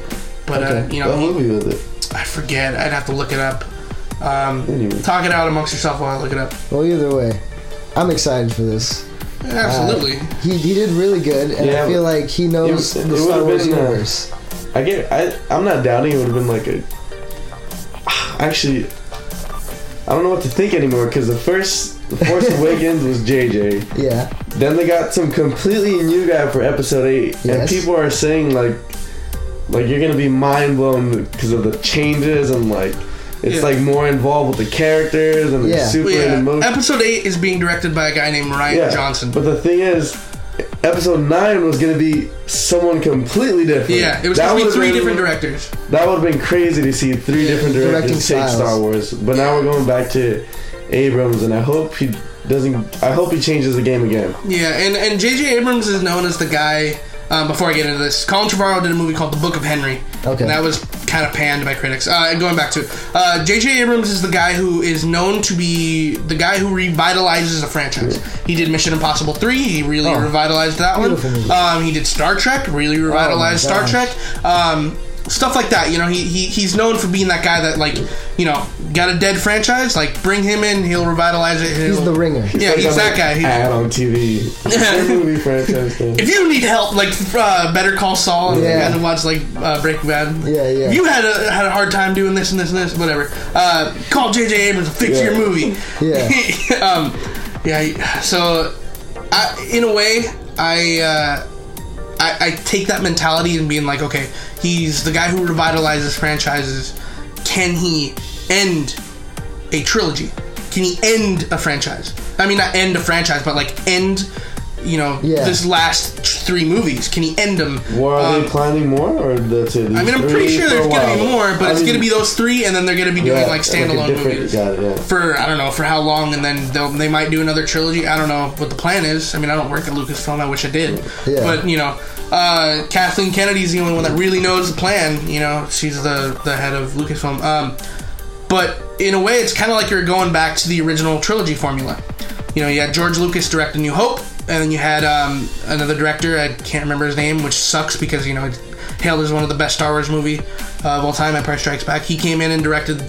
[SPEAKER 1] But uh,
[SPEAKER 3] Okay.
[SPEAKER 1] you know,
[SPEAKER 2] What
[SPEAKER 1] he-
[SPEAKER 2] movie was it?
[SPEAKER 1] I forget. I'd have to look it up. Um,
[SPEAKER 2] Anyway.
[SPEAKER 1] Talk it out amongst yourself while I look it up.
[SPEAKER 3] well either way, I'm excited for this.
[SPEAKER 2] Oh.
[SPEAKER 1] Absolutely.
[SPEAKER 3] He, he did really good, and
[SPEAKER 2] Yeah,
[SPEAKER 3] I feel like he knows
[SPEAKER 2] it- it
[SPEAKER 3] the Star
[SPEAKER 2] would've
[SPEAKER 3] Wars
[SPEAKER 2] been, uh,
[SPEAKER 3] universe.
[SPEAKER 2] I get. I. I'm not doubting it would have been like a. Actually, I don't know what to think anymore because the first the Force Awakens was JJ.
[SPEAKER 3] yeah,
[SPEAKER 2] Then they got some completely new guy for episode eight, and
[SPEAKER 3] Yes.
[SPEAKER 2] people are saying like, like you're gonna be mind blown because of the changes and like It's
[SPEAKER 1] Yeah.
[SPEAKER 2] like more involved with the characters and
[SPEAKER 3] Yeah.
[SPEAKER 2] they're super in
[SPEAKER 1] yeah.
[SPEAKER 2] emotion.
[SPEAKER 1] Episode eight is being directed by a guy named Ryan
[SPEAKER 2] Yeah.
[SPEAKER 1] Johnson.
[SPEAKER 2] But the thing is, episode nine was gonna be someone completely different.
[SPEAKER 1] yeah, it was
[SPEAKER 2] That
[SPEAKER 1] supposed to be
[SPEAKER 2] would've
[SPEAKER 1] three
[SPEAKER 2] been-
[SPEAKER 1] different directors.
[SPEAKER 2] That would have been crazy to see three different directors
[SPEAKER 3] Directing
[SPEAKER 2] take
[SPEAKER 3] styles.
[SPEAKER 2] Star Wars. But now we're going back to Abrams, and I hope he doesn't. I hope he changes the game again.
[SPEAKER 1] Yeah, and and J.J. Abrams is known as the guy. Um, before I get into this, Colin Trevorrow did a movie called The Book of Henry.
[SPEAKER 3] Okay.
[SPEAKER 1] And that was kind of panned by critics. Uh, and going back to it, uh, J.J. Abrams is the guy who is known to be the guy who revitalizes a franchise. He did Mission Impossible 3, he really revitalized that one.
[SPEAKER 3] Oh, Beautiful movie. Oh
[SPEAKER 1] Um, he did Star Trek, really revitalized Star
[SPEAKER 3] gosh.
[SPEAKER 1] Trek. Um, stuff like that. You know, he, he he's known for being that guy that, like, you know, got a dead franchise, like, bring him in, he'll revitalize it.
[SPEAKER 3] He's
[SPEAKER 1] he'll-
[SPEAKER 3] the Ah, ringer.
[SPEAKER 1] Yeah, he's that guy. He-
[SPEAKER 2] Ad on TV. Same movie franchise thing.
[SPEAKER 1] if you need help, like uh, Better Call Saul, and
[SPEAKER 3] Yeah.
[SPEAKER 1] you had to watch like uh, Breaking Bad.
[SPEAKER 3] Yeah, yeah.
[SPEAKER 1] If you had a had a hard time doing this and this and this, whatever. Uh, call J.J. Abrams to fix
[SPEAKER 2] Yeah.
[SPEAKER 1] your movie.
[SPEAKER 3] Yeah.
[SPEAKER 1] um, yeah. So, I, in a way, I. Uh, I, I take that mentality and being like, okay, he's the guy who revitalizes franchises. Can he end a trilogy? Can he end a franchise? I mean, not end a franchise, but like end, you know,
[SPEAKER 3] Yeah.
[SPEAKER 1] this last t- three movies. Can he end them?
[SPEAKER 2] Were are
[SPEAKER 1] Um,
[SPEAKER 2] they planning more, or that's it?
[SPEAKER 1] I mean, I'm pretty sure there's gonna be more, but it's gonna be those three, and then they're gonna be doing like standalone movies
[SPEAKER 2] Got it, yeah.
[SPEAKER 1] for I don't know for how long, and then they'll, they might do another trilogy. I don't know what the plan is. I mean, I don't work at Lucasfilm. I wish I did,
[SPEAKER 3] Yeah.
[SPEAKER 1] but you know, uh, Kathleen Kennedy's the only one that really knows the plan. You know, she's the the head of Lucasfilm. Um, but in a way, it's kind of like you're going back to the original trilogy formula. You know, you had George Lucas direct A New Hope, and then you had um, another director. I can't remember his name, which sucks because you know it's hailed as one of the best Star Wars movie uh, of all time, Empire Strikes Back. He came in and directed,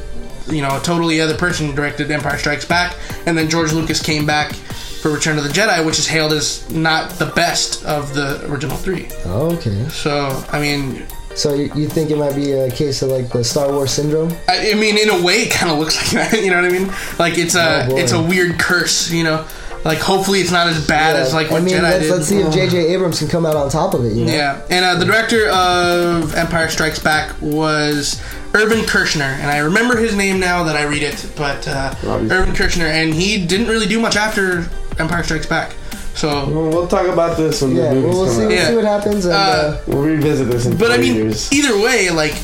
[SPEAKER 1] you know, a totally other person directed Empire Strikes Back, and then George Lucas came back for Return of the Jedi, which is hailed as not the best of the original three.
[SPEAKER 3] Okay.
[SPEAKER 1] So, I mean,
[SPEAKER 3] So you, you think it might be a case of like the Star Wars syndrome?
[SPEAKER 1] I, I mean, in a way, it kind of looks like that. You know what I mean? Like it's a
[SPEAKER 3] Oh, boy.
[SPEAKER 1] it's a weird curse. You know, like hopefully it's not as bad as like
[SPEAKER 3] I
[SPEAKER 1] what
[SPEAKER 3] mean,
[SPEAKER 1] Jedi
[SPEAKER 3] let's,
[SPEAKER 1] did.
[SPEAKER 3] let's see if J.J. Abrams can come out on top of it. You know?
[SPEAKER 1] Yeah, and uh, the director of Empire Strikes Back was Irvin Kershner, and I remember his name now that I read it. But uh,
[SPEAKER 2] Obviously.
[SPEAKER 1] Irvin Kershner, and he didn't really do much after Empire Strikes Back. So,
[SPEAKER 2] Well, we'll talk about this when
[SPEAKER 3] Yeah,
[SPEAKER 2] the movies
[SPEAKER 3] well, we'll
[SPEAKER 2] come
[SPEAKER 3] see,
[SPEAKER 2] out.
[SPEAKER 3] we'll
[SPEAKER 1] Yeah.
[SPEAKER 3] see what happens. And,
[SPEAKER 1] Uh,
[SPEAKER 3] uh,
[SPEAKER 2] We'll revisit this in
[SPEAKER 1] but I
[SPEAKER 2] three
[SPEAKER 1] mean,
[SPEAKER 2] years.
[SPEAKER 1] either way, like.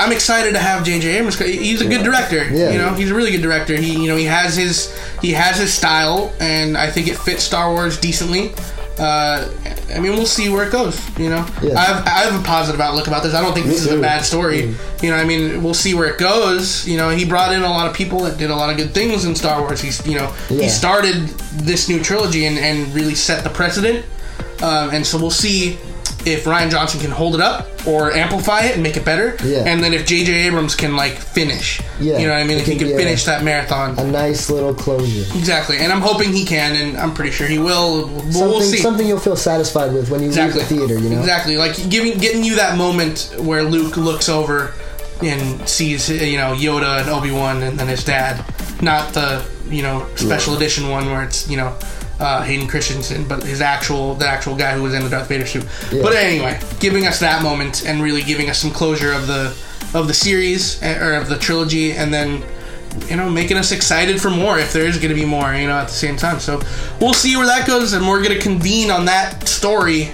[SPEAKER 1] I'm excited to have J.J. Abrams. 'cause He's a good director.
[SPEAKER 3] Yeah.
[SPEAKER 1] You know, he's a really good director. He, you know, he has his he has his style, and I think it fits Star Wars decently. Uh, I mean, we'll see where it goes. You know,
[SPEAKER 3] Yeah.
[SPEAKER 1] I, have, I have a positive outlook about this. I don't think this is a
[SPEAKER 2] too.
[SPEAKER 1] bad story.
[SPEAKER 3] Mm.
[SPEAKER 1] You know, I mean, we'll see where it goes. You know, he brought in a lot of people that did a lot of good things in Star Wars. He's, you know, he
[SPEAKER 3] Yeah.
[SPEAKER 1] started this new trilogy and, and really set the precedent. Um, and so we'll see if Ryan Johnson can hold it up or amplify it and make it better.
[SPEAKER 3] Yeah.
[SPEAKER 1] And then if J.J. Abrams can like finish.
[SPEAKER 3] Yeah.
[SPEAKER 1] You know what I mean?
[SPEAKER 3] It
[SPEAKER 1] If he
[SPEAKER 3] could
[SPEAKER 1] can
[SPEAKER 3] be a-
[SPEAKER 1] finish that marathon.
[SPEAKER 3] a nice little closure.
[SPEAKER 1] exactly. And I'm hoping he can, and I'm pretty sure he will. We'll,
[SPEAKER 3] Something,
[SPEAKER 1] we'll see.
[SPEAKER 3] something you'll feel satisfied with when you
[SPEAKER 1] exactly.
[SPEAKER 3] leave the theater. You know.
[SPEAKER 1] Exactly. Like giving getting you that moment where Luke looks over and sees you know Yoda and Obi Wan and then his dad, not the you know special edition one where it's you know uh, Hayden Christensen, but his actual the actual guy who was in the Darth Vader suit. But anyway, giving us that moment and really giving us some closure of the of the series eh, or of the trilogy, and then. You know, making us excited for more if there is going to be more, you know, at the same time. So we'll see where that goes, and we're going to convene on that story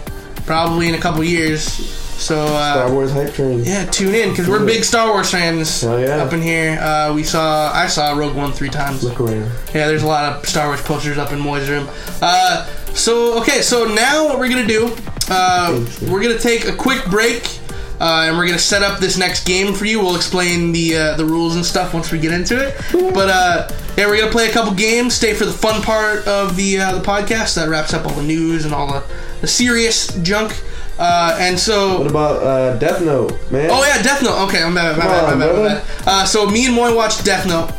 [SPEAKER 1] probably in a couple years. So, uh,
[SPEAKER 2] Star Wars hype train.
[SPEAKER 1] yeah, tune in because we're
[SPEAKER 2] Tune in.
[SPEAKER 1] big Star Wars fans
[SPEAKER 2] Hell yeah.
[SPEAKER 1] up in here. Uh, we saw, I saw Rogue One three times.
[SPEAKER 2] Look around.
[SPEAKER 1] Yeah, there's a lot of Star Wars posters up in Moy's room. Uh, so okay, so now what we're gonna do? Uh, we're gonna take a quick break, uh, and we're gonna set up this next game for you. We'll explain the uh, the rules and stuff once we get into it. But uh, yeah, we're gonna play a couple games. Stay for the fun part of the uh, the podcast that wraps up all the news and all the, the serious junk. Uh, and so
[SPEAKER 2] What about uh, Death Note, man?
[SPEAKER 1] Oh yeah, Death Note. Okay, I'm bad, my
[SPEAKER 2] Come
[SPEAKER 1] bad,
[SPEAKER 2] on,
[SPEAKER 1] my bad, my
[SPEAKER 2] brother.
[SPEAKER 1] bad. Uh, so me and Moy watched Death Note.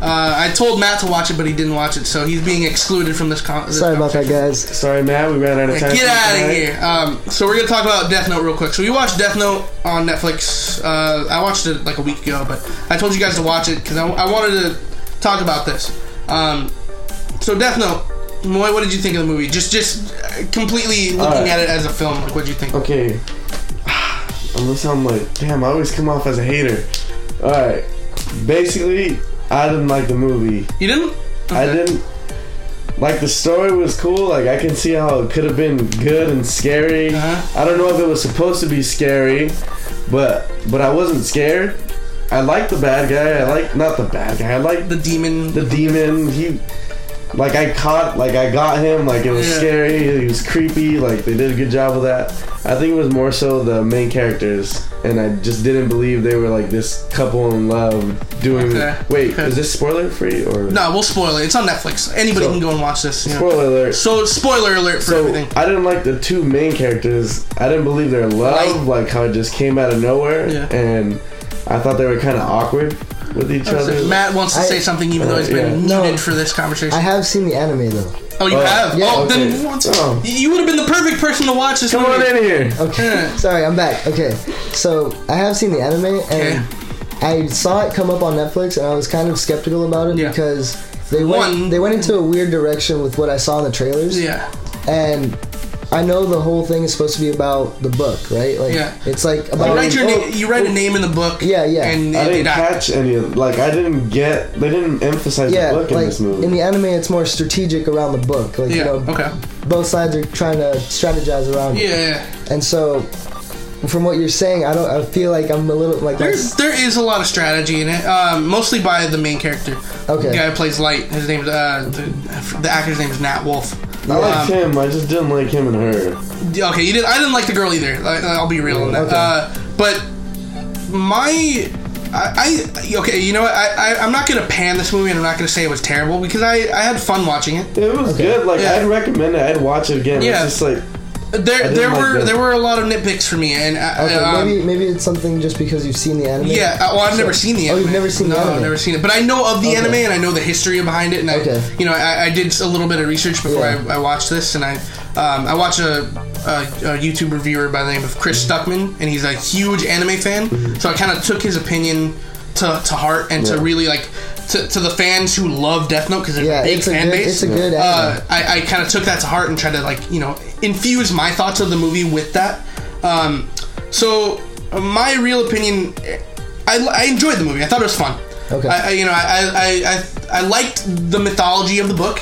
[SPEAKER 1] Uh, I told Matt to watch it, but he didn't watch it, so he's being excluded from this. Con- this
[SPEAKER 3] Sorry about
[SPEAKER 1] conversation.
[SPEAKER 3] that, guys.
[SPEAKER 2] Sorry, Matt, we ran out of time.
[SPEAKER 1] Get
[SPEAKER 2] for
[SPEAKER 1] out of
[SPEAKER 2] tonight.
[SPEAKER 1] here. Um, so we're gonna talk about Death Note real quick. So we watched Death Note on Netflix. Uh, I watched it like a week ago, but I told you guys to watch it because I, I wanted to talk about this. Um, so Death Note, Moy, what did you think of the movie? Just, just uh, completely looking
[SPEAKER 2] Alright.
[SPEAKER 1] at it as a film. Like, what did you think?
[SPEAKER 2] Okay. I'm gonna sound like, damn, I always come off as a hater. Alright. basically, I didn't like the movie.
[SPEAKER 1] You didn't?
[SPEAKER 2] I
[SPEAKER 1] Okay.
[SPEAKER 2] didn't. Like the story was cool. Like I can see how it could have been good and scary.
[SPEAKER 1] Uh-huh.
[SPEAKER 2] I don't know if it was supposed to be scary, but but I wasn't scared. I like the bad guy. I like not the bad guy. I like
[SPEAKER 1] The demon.
[SPEAKER 2] the demon. He like I caught like I got him. Like it was
[SPEAKER 1] Yeah.
[SPEAKER 2] scary. He was creepy. Like they did a good job with that. I think it was more so the main characters, and I just didn't believe they were like this couple in love doing.
[SPEAKER 1] Okay.
[SPEAKER 2] Wait,
[SPEAKER 1] Okay.
[SPEAKER 2] is this spoiler free or
[SPEAKER 1] no, we'll spoil it. It's on Netflix. Anybody
[SPEAKER 2] So-
[SPEAKER 1] can go and watch this. you know.
[SPEAKER 2] Spoiler alert.
[SPEAKER 1] So spoiler alert for
[SPEAKER 2] So
[SPEAKER 1] everything.
[SPEAKER 2] I didn't like the two main characters. I didn't believe their love, like how it just came out of nowhere,
[SPEAKER 1] Yeah.
[SPEAKER 2] and I thought they were kind of awkward with each other.
[SPEAKER 1] Matt wants to
[SPEAKER 3] I-
[SPEAKER 1] say something even though he's been
[SPEAKER 3] yeah. No.
[SPEAKER 1] muted for this conversation.
[SPEAKER 3] I have seen the anime though.
[SPEAKER 1] oh, you
[SPEAKER 2] Oh,
[SPEAKER 1] have?
[SPEAKER 3] yeah,
[SPEAKER 1] oh,
[SPEAKER 2] okay.
[SPEAKER 1] then what?
[SPEAKER 2] Oh.
[SPEAKER 1] You would have been the perfect person to watch this
[SPEAKER 2] Come on
[SPEAKER 1] movie.
[SPEAKER 2] in here.
[SPEAKER 3] Okay.
[SPEAKER 1] Yeah.
[SPEAKER 3] Sorry, I'm back. Okay. So I have seen the anime and
[SPEAKER 1] Okay.
[SPEAKER 3] I saw it come up on Netflix and I was kind of skeptical about it
[SPEAKER 1] Yeah.
[SPEAKER 3] because they went
[SPEAKER 1] One-
[SPEAKER 3] they went into a weird direction with what I saw in the trailers.
[SPEAKER 1] Yeah.
[SPEAKER 3] And I know the whole thing is supposed to be about the book, right? Like
[SPEAKER 1] Yeah.
[SPEAKER 3] it's like about
[SPEAKER 1] You write your
[SPEAKER 3] oh,
[SPEAKER 1] na- you write a name in the book.
[SPEAKER 3] Yeah, yeah.
[SPEAKER 1] And
[SPEAKER 2] I
[SPEAKER 1] and they
[SPEAKER 2] didn't
[SPEAKER 1] die.
[SPEAKER 2] catch any of like I didn't get they didn't emphasize
[SPEAKER 3] yeah,
[SPEAKER 2] the book
[SPEAKER 3] like
[SPEAKER 2] in this movie.
[SPEAKER 3] the anime, it's more strategic around the book. Like you
[SPEAKER 1] Yeah.
[SPEAKER 3] know,
[SPEAKER 1] Okay.
[SPEAKER 3] both sides are trying to strategize around. it.
[SPEAKER 1] Yeah, Yeah.
[SPEAKER 3] And so, from what you're saying, I don't. I feel like I'm a little like.
[SPEAKER 1] There,
[SPEAKER 3] my-
[SPEAKER 1] there is a lot of strategy in it, um, mostly by the main character.
[SPEAKER 3] Okay.
[SPEAKER 1] The guy who plays Light. His name's uh, the, the actor's name is Nat Wolf.
[SPEAKER 2] I liked
[SPEAKER 1] Um,
[SPEAKER 2] him, I just didn't like him and her.
[SPEAKER 1] okay, you did. I didn't like the girl either. I, I'll be real on that.
[SPEAKER 3] Okay.
[SPEAKER 1] Uh, but my, I, I okay. You know what? I, I I'm not gonna pan this movie, and I'm not gonna say it was terrible because I I had fun watching it.
[SPEAKER 2] It was good, like
[SPEAKER 1] Yeah.
[SPEAKER 2] I'd recommend it, I'd watch it again.
[SPEAKER 1] Yeah.
[SPEAKER 2] It's just like
[SPEAKER 1] There
[SPEAKER 2] didn't
[SPEAKER 1] there
[SPEAKER 2] like
[SPEAKER 1] were
[SPEAKER 2] that.
[SPEAKER 1] there were a lot of nitpicks for me, and I,
[SPEAKER 3] Okay,
[SPEAKER 1] um,
[SPEAKER 3] maybe maybe it's something just because you've seen the anime.
[SPEAKER 1] Yeah, uh, well, I've never seen the
[SPEAKER 3] Oh,
[SPEAKER 1] anime.
[SPEAKER 3] you've never seen
[SPEAKER 1] no,
[SPEAKER 3] the anime.
[SPEAKER 1] I've never seen it. But I know of the
[SPEAKER 3] Okay.
[SPEAKER 1] anime and I know the history behind it. And
[SPEAKER 3] Okay.
[SPEAKER 1] I, you know, I, I did a little bit of research before
[SPEAKER 3] Yeah.
[SPEAKER 1] I, I watched this, and I, um, I watch a, a, a YouTube reviewer by the name of Chris Stuckman, and he's a huge anime fan. So I kind of took his opinion to, to heart and to
[SPEAKER 2] Yeah.
[SPEAKER 1] really like. To, to the fans who love Death Note because it's
[SPEAKER 3] Yeah,
[SPEAKER 1] a big
[SPEAKER 3] it's a
[SPEAKER 1] fan
[SPEAKER 3] good-
[SPEAKER 1] base.
[SPEAKER 3] it's a good anime.
[SPEAKER 1] Uh, I, I kind of took that to heart and tried to like you know infuse my thoughts of the movie with that. Um, so my real opinion, I, I enjoyed the movie. I thought it was fun.
[SPEAKER 3] Okay.
[SPEAKER 1] I, I you know I, I I I liked the mythology of the book,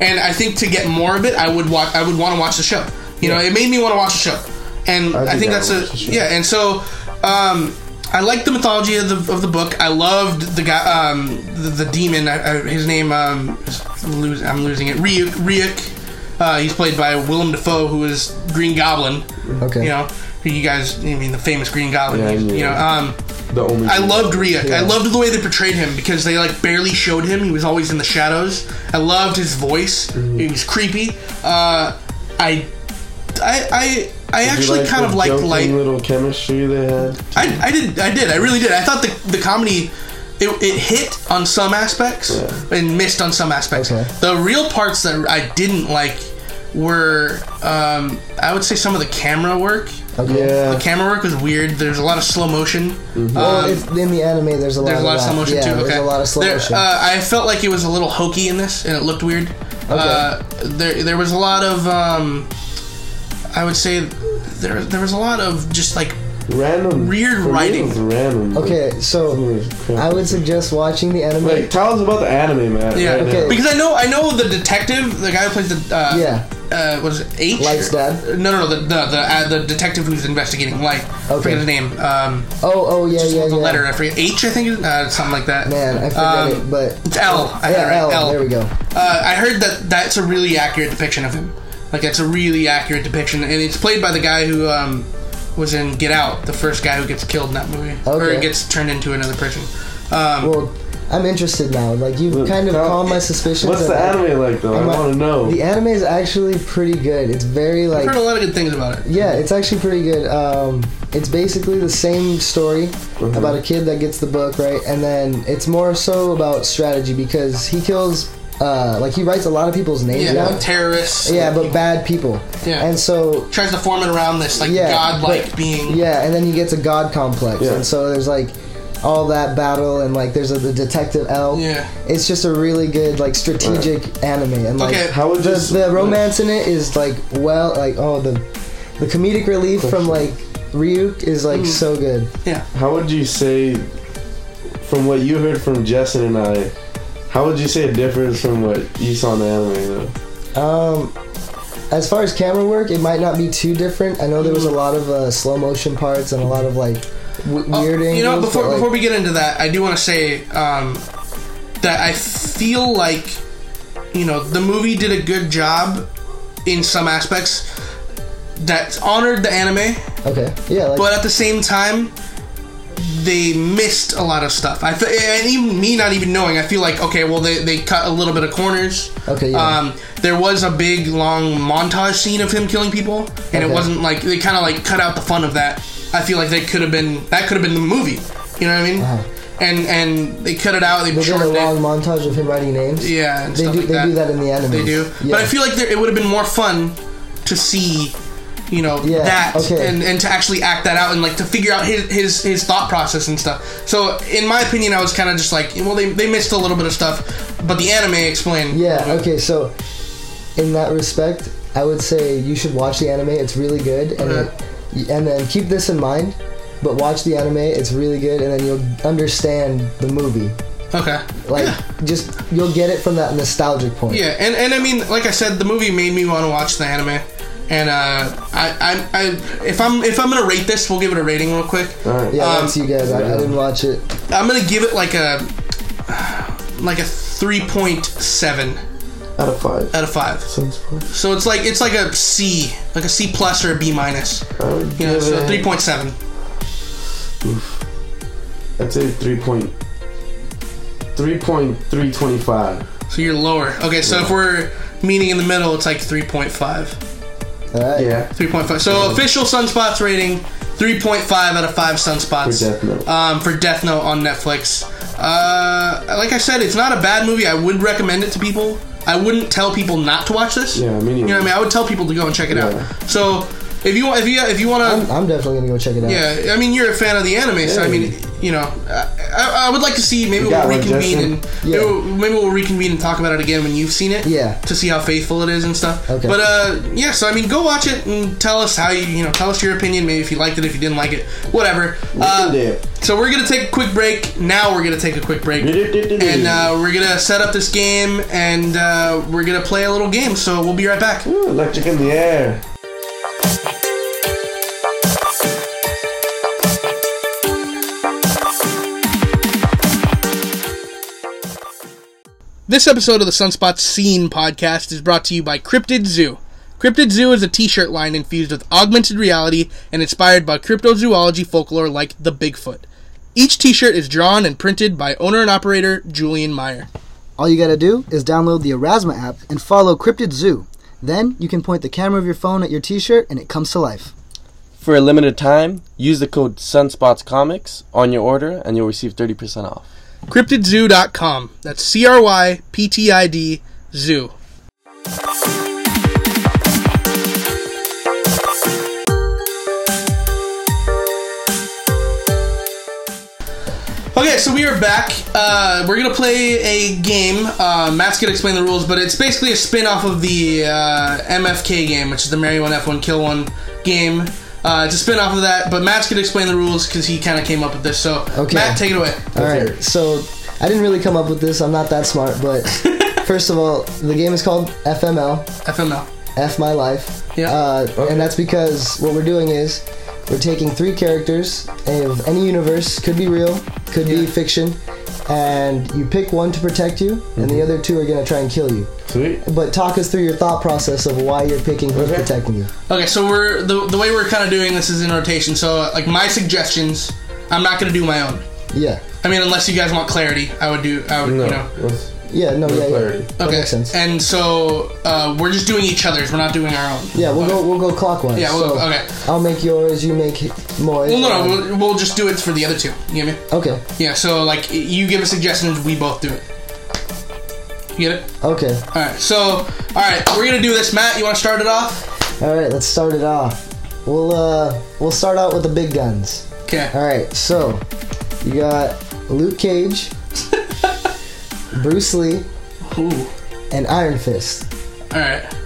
[SPEAKER 1] and I think to get more of it, I would watch. I would want to watch the show. You know, it made me want to watch the show, and I,
[SPEAKER 2] think
[SPEAKER 1] think
[SPEAKER 2] I
[SPEAKER 1] that's
[SPEAKER 2] would watch
[SPEAKER 1] a
[SPEAKER 2] the show.
[SPEAKER 1] yeah. And so. Um, I liked the mythology of the, of the book. I loved the guy, um, the, the demon. I, I, his name, um, is lose, I'm losing it. Ryuk. Ryuk. Uh, he's played by Willem Dafoe, who is Green Goblin.
[SPEAKER 3] Okay.
[SPEAKER 1] You know, who you guys, I mean, the famous Green Goblin.
[SPEAKER 2] Yeah, I knew
[SPEAKER 1] you know,
[SPEAKER 2] that.
[SPEAKER 1] um,
[SPEAKER 2] the only
[SPEAKER 1] I loved Ryuk. I
[SPEAKER 3] Yeah.
[SPEAKER 1] loved the way they portrayed him because they like barely showed him. He was always in the shadows. I loved his voice.
[SPEAKER 2] Mm-hmm.
[SPEAKER 1] It was creepy. Uh, I, I, I, I
[SPEAKER 2] Did you
[SPEAKER 1] actually
[SPEAKER 2] like
[SPEAKER 1] kind
[SPEAKER 2] the
[SPEAKER 1] of liked
[SPEAKER 2] joking
[SPEAKER 1] Light.
[SPEAKER 2] little chemistry they had.
[SPEAKER 1] I, I did I did I really did I thought the, the comedy it, it hit on some aspects and missed on some aspects
[SPEAKER 3] Okay.
[SPEAKER 1] the real parts that I didn't like were um, I would say some of the camera work
[SPEAKER 3] Okay.
[SPEAKER 2] Yeah.
[SPEAKER 1] the camera work was weird there's a lot of slow motion
[SPEAKER 3] Mm-hmm. Well,
[SPEAKER 1] Um,
[SPEAKER 3] it's, in the anime, there's a lot.
[SPEAKER 1] there's a lot of slow
[SPEAKER 3] that.
[SPEAKER 1] motion
[SPEAKER 3] yeah,
[SPEAKER 1] too okay
[SPEAKER 3] There's a lot of slow
[SPEAKER 1] There-
[SPEAKER 3] motion.
[SPEAKER 1] uh, I felt like it was a little hokey in this and it looked weird uh, there there was a lot of um, I would say there there was a lot of just like
[SPEAKER 2] Random
[SPEAKER 1] Weird
[SPEAKER 2] for me, it
[SPEAKER 1] writing.
[SPEAKER 2] was random.
[SPEAKER 3] okay, so I would suggest watching the anime.
[SPEAKER 2] Like, tell us about the anime, man.
[SPEAKER 1] Yeah,
[SPEAKER 2] right
[SPEAKER 3] Okay.
[SPEAKER 2] now.
[SPEAKER 1] because I know I know the detective, the guy who plays the uh,
[SPEAKER 3] Yeah.
[SPEAKER 1] uh, was it H
[SPEAKER 3] Light's dad?
[SPEAKER 1] No, no, no, the the the, uh, the detective who's investigating Light. I
[SPEAKER 3] Okay.
[SPEAKER 1] forget his name. Um,
[SPEAKER 3] oh, oh yeah, yeah,
[SPEAKER 1] the
[SPEAKER 3] yeah.
[SPEAKER 1] letter I forget H, I think it is, uh, something like that.
[SPEAKER 3] Man, I forget
[SPEAKER 1] Um,
[SPEAKER 3] it, but
[SPEAKER 1] It's L. I had it
[SPEAKER 3] yeah,
[SPEAKER 1] right,
[SPEAKER 3] L,
[SPEAKER 1] L.
[SPEAKER 3] There we go.
[SPEAKER 1] Uh, I heard that that's a really accurate depiction of him. Like that's a really accurate depiction, and it's played by the guy who um, was in Get Out, the first guy who gets killed in that movie, or
[SPEAKER 3] Okay.
[SPEAKER 1] gets turned into another person. Um,
[SPEAKER 3] Well, I'm interested now. Like you've
[SPEAKER 2] Look,
[SPEAKER 3] kind of
[SPEAKER 2] tell-
[SPEAKER 3] calmed my suspicions.
[SPEAKER 2] What's the
[SPEAKER 3] about-
[SPEAKER 2] anime like though? I
[SPEAKER 3] I'm like-
[SPEAKER 2] want to know.
[SPEAKER 3] The anime is actually pretty good. It's very
[SPEAKER 1] I've
[SPEAKER 3] like
[SPEAKER 1] heard a lot of good things about it.
[SPEAKER 3] Yeah, it's actually pretty good. Um, it's basically the same story
[SPEAKER 2] Uh-huh.
[SPEAKER 3] about a kid that gets the book, right? And then it's more so about strategy because he kills, uh, like, he writes a lot of people's names
[SPEAKER 1] Yeah,
[SPEAKER 3] down.
[SPEAKER 1] terrorists.
[SPEAKER 3] Yeah, but bad people.
[SPEAKER 1] Yeah.
[SPEAKER 3] And so,
[SPEAKER 1] tries to form it around this like
[SPEAKER 3] Yeah,
[SPEAKER 1] godlike
[SPEAKER 3] but-
[SPEAKER 1] being.
[SPEAKER 3] yeah, and then he gets a god complex.
[SPEAKER 2] Yeah.
[SPEAKER 3] And so there's, like, all that battle, and, like, there's a, the Detective L.
[SPEAKER 1] Yeah.
[SPEAKER 3] It's just a really good, like, strategic anime. And, like,
[SPEAKER 1] Okay.
[SPEAKER 2] How would
[SPEAKER 3] the,
[SPEAKER 2] this?
[SPEAKER 3] the romance in it is like well like oh the the comedic relief
[SPEAKER 1] Mm-hmm.
[SPEAKER 3] from like Ryuk is like so good.
[SPEAKER 1] Yeah.
[SPEAKER 2] How would you say from what you heard from Justin and I, how would you say it differs from what you saw in the anime?
[SPEAKER 3] Um, as far as camera work, it might not be too different. I know there
[SPEAKER 1] Mm-hmm.
[SPEAKER 3] was a lot of uh, slow motion parts and a lot of like w-
[SPEAKER 1] Oh,
[SPEAKER 3] weird angles.
[SPEAKER 1] You know, before
[SPEAKER 3] but, like,
[SPEAKER 1] before we get into that, I do want to say um, that I feel like you know the movie did a good job in some aspects that honored the anime,
[SPEAKER 3] okay, yeah, like
[SPEAKER 1] but at the same time they missed a lot of stuff. I feel, and even me not even knowing, I feel like okay, well they they cut a little bit of corners.
[SPEAKER 3] okay, yeah,
[SPEAKER 1] Um, there was a big long montage scene of him killing people, and it
[SPEAKER 3] Okay.
[SPEAKER 1] wasn't like they kind of like cut out the fun of that. I feel like they could have been that could have been the movie. You know what I mean?
[SPEAKER 3] Uh-huh.
[SPEAKER 1] And and they cut it out. They
[SPEAKER 3] they did a
[SPEAKER 1] shortened
[SPEAKER 3] long
[SPEAKER 1] it.
[SPEAKER 3] montage of him writing names.
[SPEAKER 1] Yeah, and
[SPEAKER 3] they
[SPEAKER 1] stuff
[SPEAKER 3] do
[SPEAKER 1] like
[SPEAKER 3] they
[SPEAKER 1] that.
[SPEAKER 3] do that in the anime.
[SPEAKER 1] They do.
[SPEAKER 3] yeah.
[SPEAKER 1] But I feel like there, it would have been more fun to see, you know,
[SPEAKER 3] Yeah,
[SPEAKER 1] that
[SPEAKER 3] okay.
[SPEAKER 1] and, and to actually act that out and like to figure out his his, his thought process and stuff. So in my opinion, I was kind of just like, well, they, they missed a little bit of stuff, but the anime explained.
[SPEAKER 3] Yeah, okay, so in that respect, I would say you should watch the anime. It's really good. And,
[SPEAKER 1] Okay.
[SPEAKER 3] it- and then keep this in mind, but watch the anime. It's really good, and then you'll understand the movie.
[SPEAKER 1] Okay.
[SPEAKER 3] Like, just, you'll get it from that nostalgic point.
[SPEAKER 1] Yeah, and, and I mean, like I said, the movie made me want to watch the anime. And uh, I, I, I, if I'm if I'm gonna rate this, we'll give it a rating real quick.
[SPEAKER 2] All right.
[SPEAKER 3] Yeah,
[SPEAKER 1] Um,
[SPEAKER 3] that's you guys. I, I didn't watch it.
[SPEAKER 1] I'm gonna give it like a like a three point seven
[SPEAKER 2] Out of five.
[SPEAKER 1] out of five.
[SPEAKER 2] Sounds fun.
[SPEAKER 1] So it's like it's like a C, like a C plus or a B minus.
[SPEAKER 2] I would
[SPEAKER 1] You know,
[SPEAKER 2] give
[SPEAKER 1] so
[SPEAKER 2] it-
[SPEAKER 1] three point seven.
[SPEAKER 2] I'd say three point three point three twenty five.
[SPEAKER 1] So you're lower. Okay, so if we're meeting in the middle, it's like three point five.
[SPEAKER 3] All right.
[SPEAKER 2] Yeah,
[SPEAKER 1] Three point five. So official sunspots rating, three point five out of five sunspots.
[SPEAKER 2] For Death Note.
[SPEAKER 1] Um, for Death Note on Netflix. Uh, like I said, it's not a bad movie. I would recommend it to people. I wouldn't tell people not to watch this.
[SPEAKER 2] Yeah, me neither.
[SPEAKER 1] You know what I mean? I would tell people to go and check it
[SPEAKER 2] Yeah.
[SPEAKER 1] out. So if you if you if you want to
[SPEAKER 3] I'm, I'm definitely going to go check it out.
[SPEAKER 1] yeah, I mean, you're a fan of the anime, so I mean, you know, I, I- I would like to see maybe
[SPEAKER 2] You got
[SPEAKER 1] we'll
[SPEAKER 2] one,
[SPEAKER 1] reconvene
[SPEAKER 2] Justin?
[SPEAKER 1] and
[SPEAKER 3] Yeah.
[SPEAKER 1] maybe, we'll, maybe we'll reconvene and talk about it again when you've seen it.
[SPEAKER 3] Yeah.
[SPEAKER 1] To see how faithful it is and stuff.
[SPEAKER 3] Okay.
[SPEAKER 1] But uh, yeah, so I mean, go watch it and tell us how you you know tell us your opinion. Maybe if you liked it, if you didn't like it, whatever. Uh,
[SPEAKER 2] do that.
[SPEAKER 1] so we're gonna take a quick break. Now we're gonna take a quick break.
[SPEAKER 2] Do-do-do-do-do.
[SPEAKER 1] And uh, we're gonna set up this game, and uh, we're gonna play a little game. So we'll be right back.
[SPEAKER 2] Ooh, electric in the air.
[SPEAKER 1] This episode of the Sunspot Scene podcast is brought to you by Cryptid Zoo. Cryptid Zoo is a t shirt line infused with augmented reality and inspired by cryptozoology folklore like the Bigfoot. Each t shirt is drawn and printed by owner and operator Julian Meyer.
[SPEAKER 4] All you gotta do is download the Erasmus app and follow Cryptid Zoo. Then you can point the camera of your phone at your t shirt and it comes to life.
[SPEAKER 5] For a limited time, use the code SunspotsComics on your order and you'll receive 30% off.
[SPEAKER 1] CryptidZoo.com. That's C R Y P T I D Zoo. Okay, so we are back. Uh, we're gonna play a game. Uh, Matt's gonna explain the rules, but it's basically a spin-off of the uh, MFK game, which is the Marry One F One Kill One game. Uh, it's a spin-off of that, but Matt's gonna explain the rules because he kind of came up with this. So,
[SPEAKER 3] Okay.
[SPEAKER 1] Matt, take it away.
[SPEAKER 3] All right. So I didn't really come up with this. I'm not that smart, but first of all, the game is called FML.
[SPEAKER 1] FML.
[SPEAKER 3] F my life.
[SPEAKER 1] Yeah.
[SPEAKER 3] Uh, And that's because what we're doing is we're taking three characters of any universe, could be real, could be
[SPEAKER 1] Yeah.
[SPEAKER 3] fiction, and you pick one to protect you, and
[SPEAKER 1] Mm-hmm.
[SPEAKER 3] the other two are going to try and kill you.
[SPEAKER 2] Sweet.
[SPEAKER 3] But talk us through your thought process of why you're picking who's
[SPEAKER 2] Okay.
[SPEAKER 3] protecting you.
[SPEAKER 1] Okay, so we're the, the way we're kind of doing this is in rotation. So uh, like my suggestions, I'm not gonna do my own.
[SPEAKER 3] Yeah.
[SPEAKER 1] I mean, unless you guys want clarity, I would do. I would,
[SPEAKER 2] No.
[SPEAKER 1] you know. Oh,
[SPEAKER 2] let's-
[SPEAKER 3] Yeah, no, yeah, yeah.
[SPEAKER 2] clarity.
[SPEAKER 3] That
[SPEAKER 1] Okay.
[SPEAKER 3] makes sense.
[SPEAKER 1] And so uh, we're just doing each other's. We're not doing our own.
[SPEAKER 3] Yeah, we'll go we'll go clockwise.
[SPEAKER 1] Yeah, we'll
[SPEAKER 3] so
[SPEAKER 1] go- okay.
[SPEAKER 3] I'll make yours, you make Moy's.
[SPEAKER 1] Well, no, no, we'll, we'll just do it for the other two. You get me?
[SPEAKER 3] Okay.
[SPEAKER 1] Yeah. So like you give a suggestion, we both do it. You get it?
[SPEAKER 3] Okay.
[SPEAKER 1] All right. So all right, we're gonna do this. Matt, you want to start it off?
[SPEAKER 3] All right, let's start it off. We'll uh we'll start out with the big guns.
[SPEAKER 1] Okay.
[SPEAKER 3] All right, so you got Luke Cage, Bruce Lee,
[SPEAKER 1] Ooh.
[SPEAKER 3] and Iron Fist.
[SPEAKER 1] All right.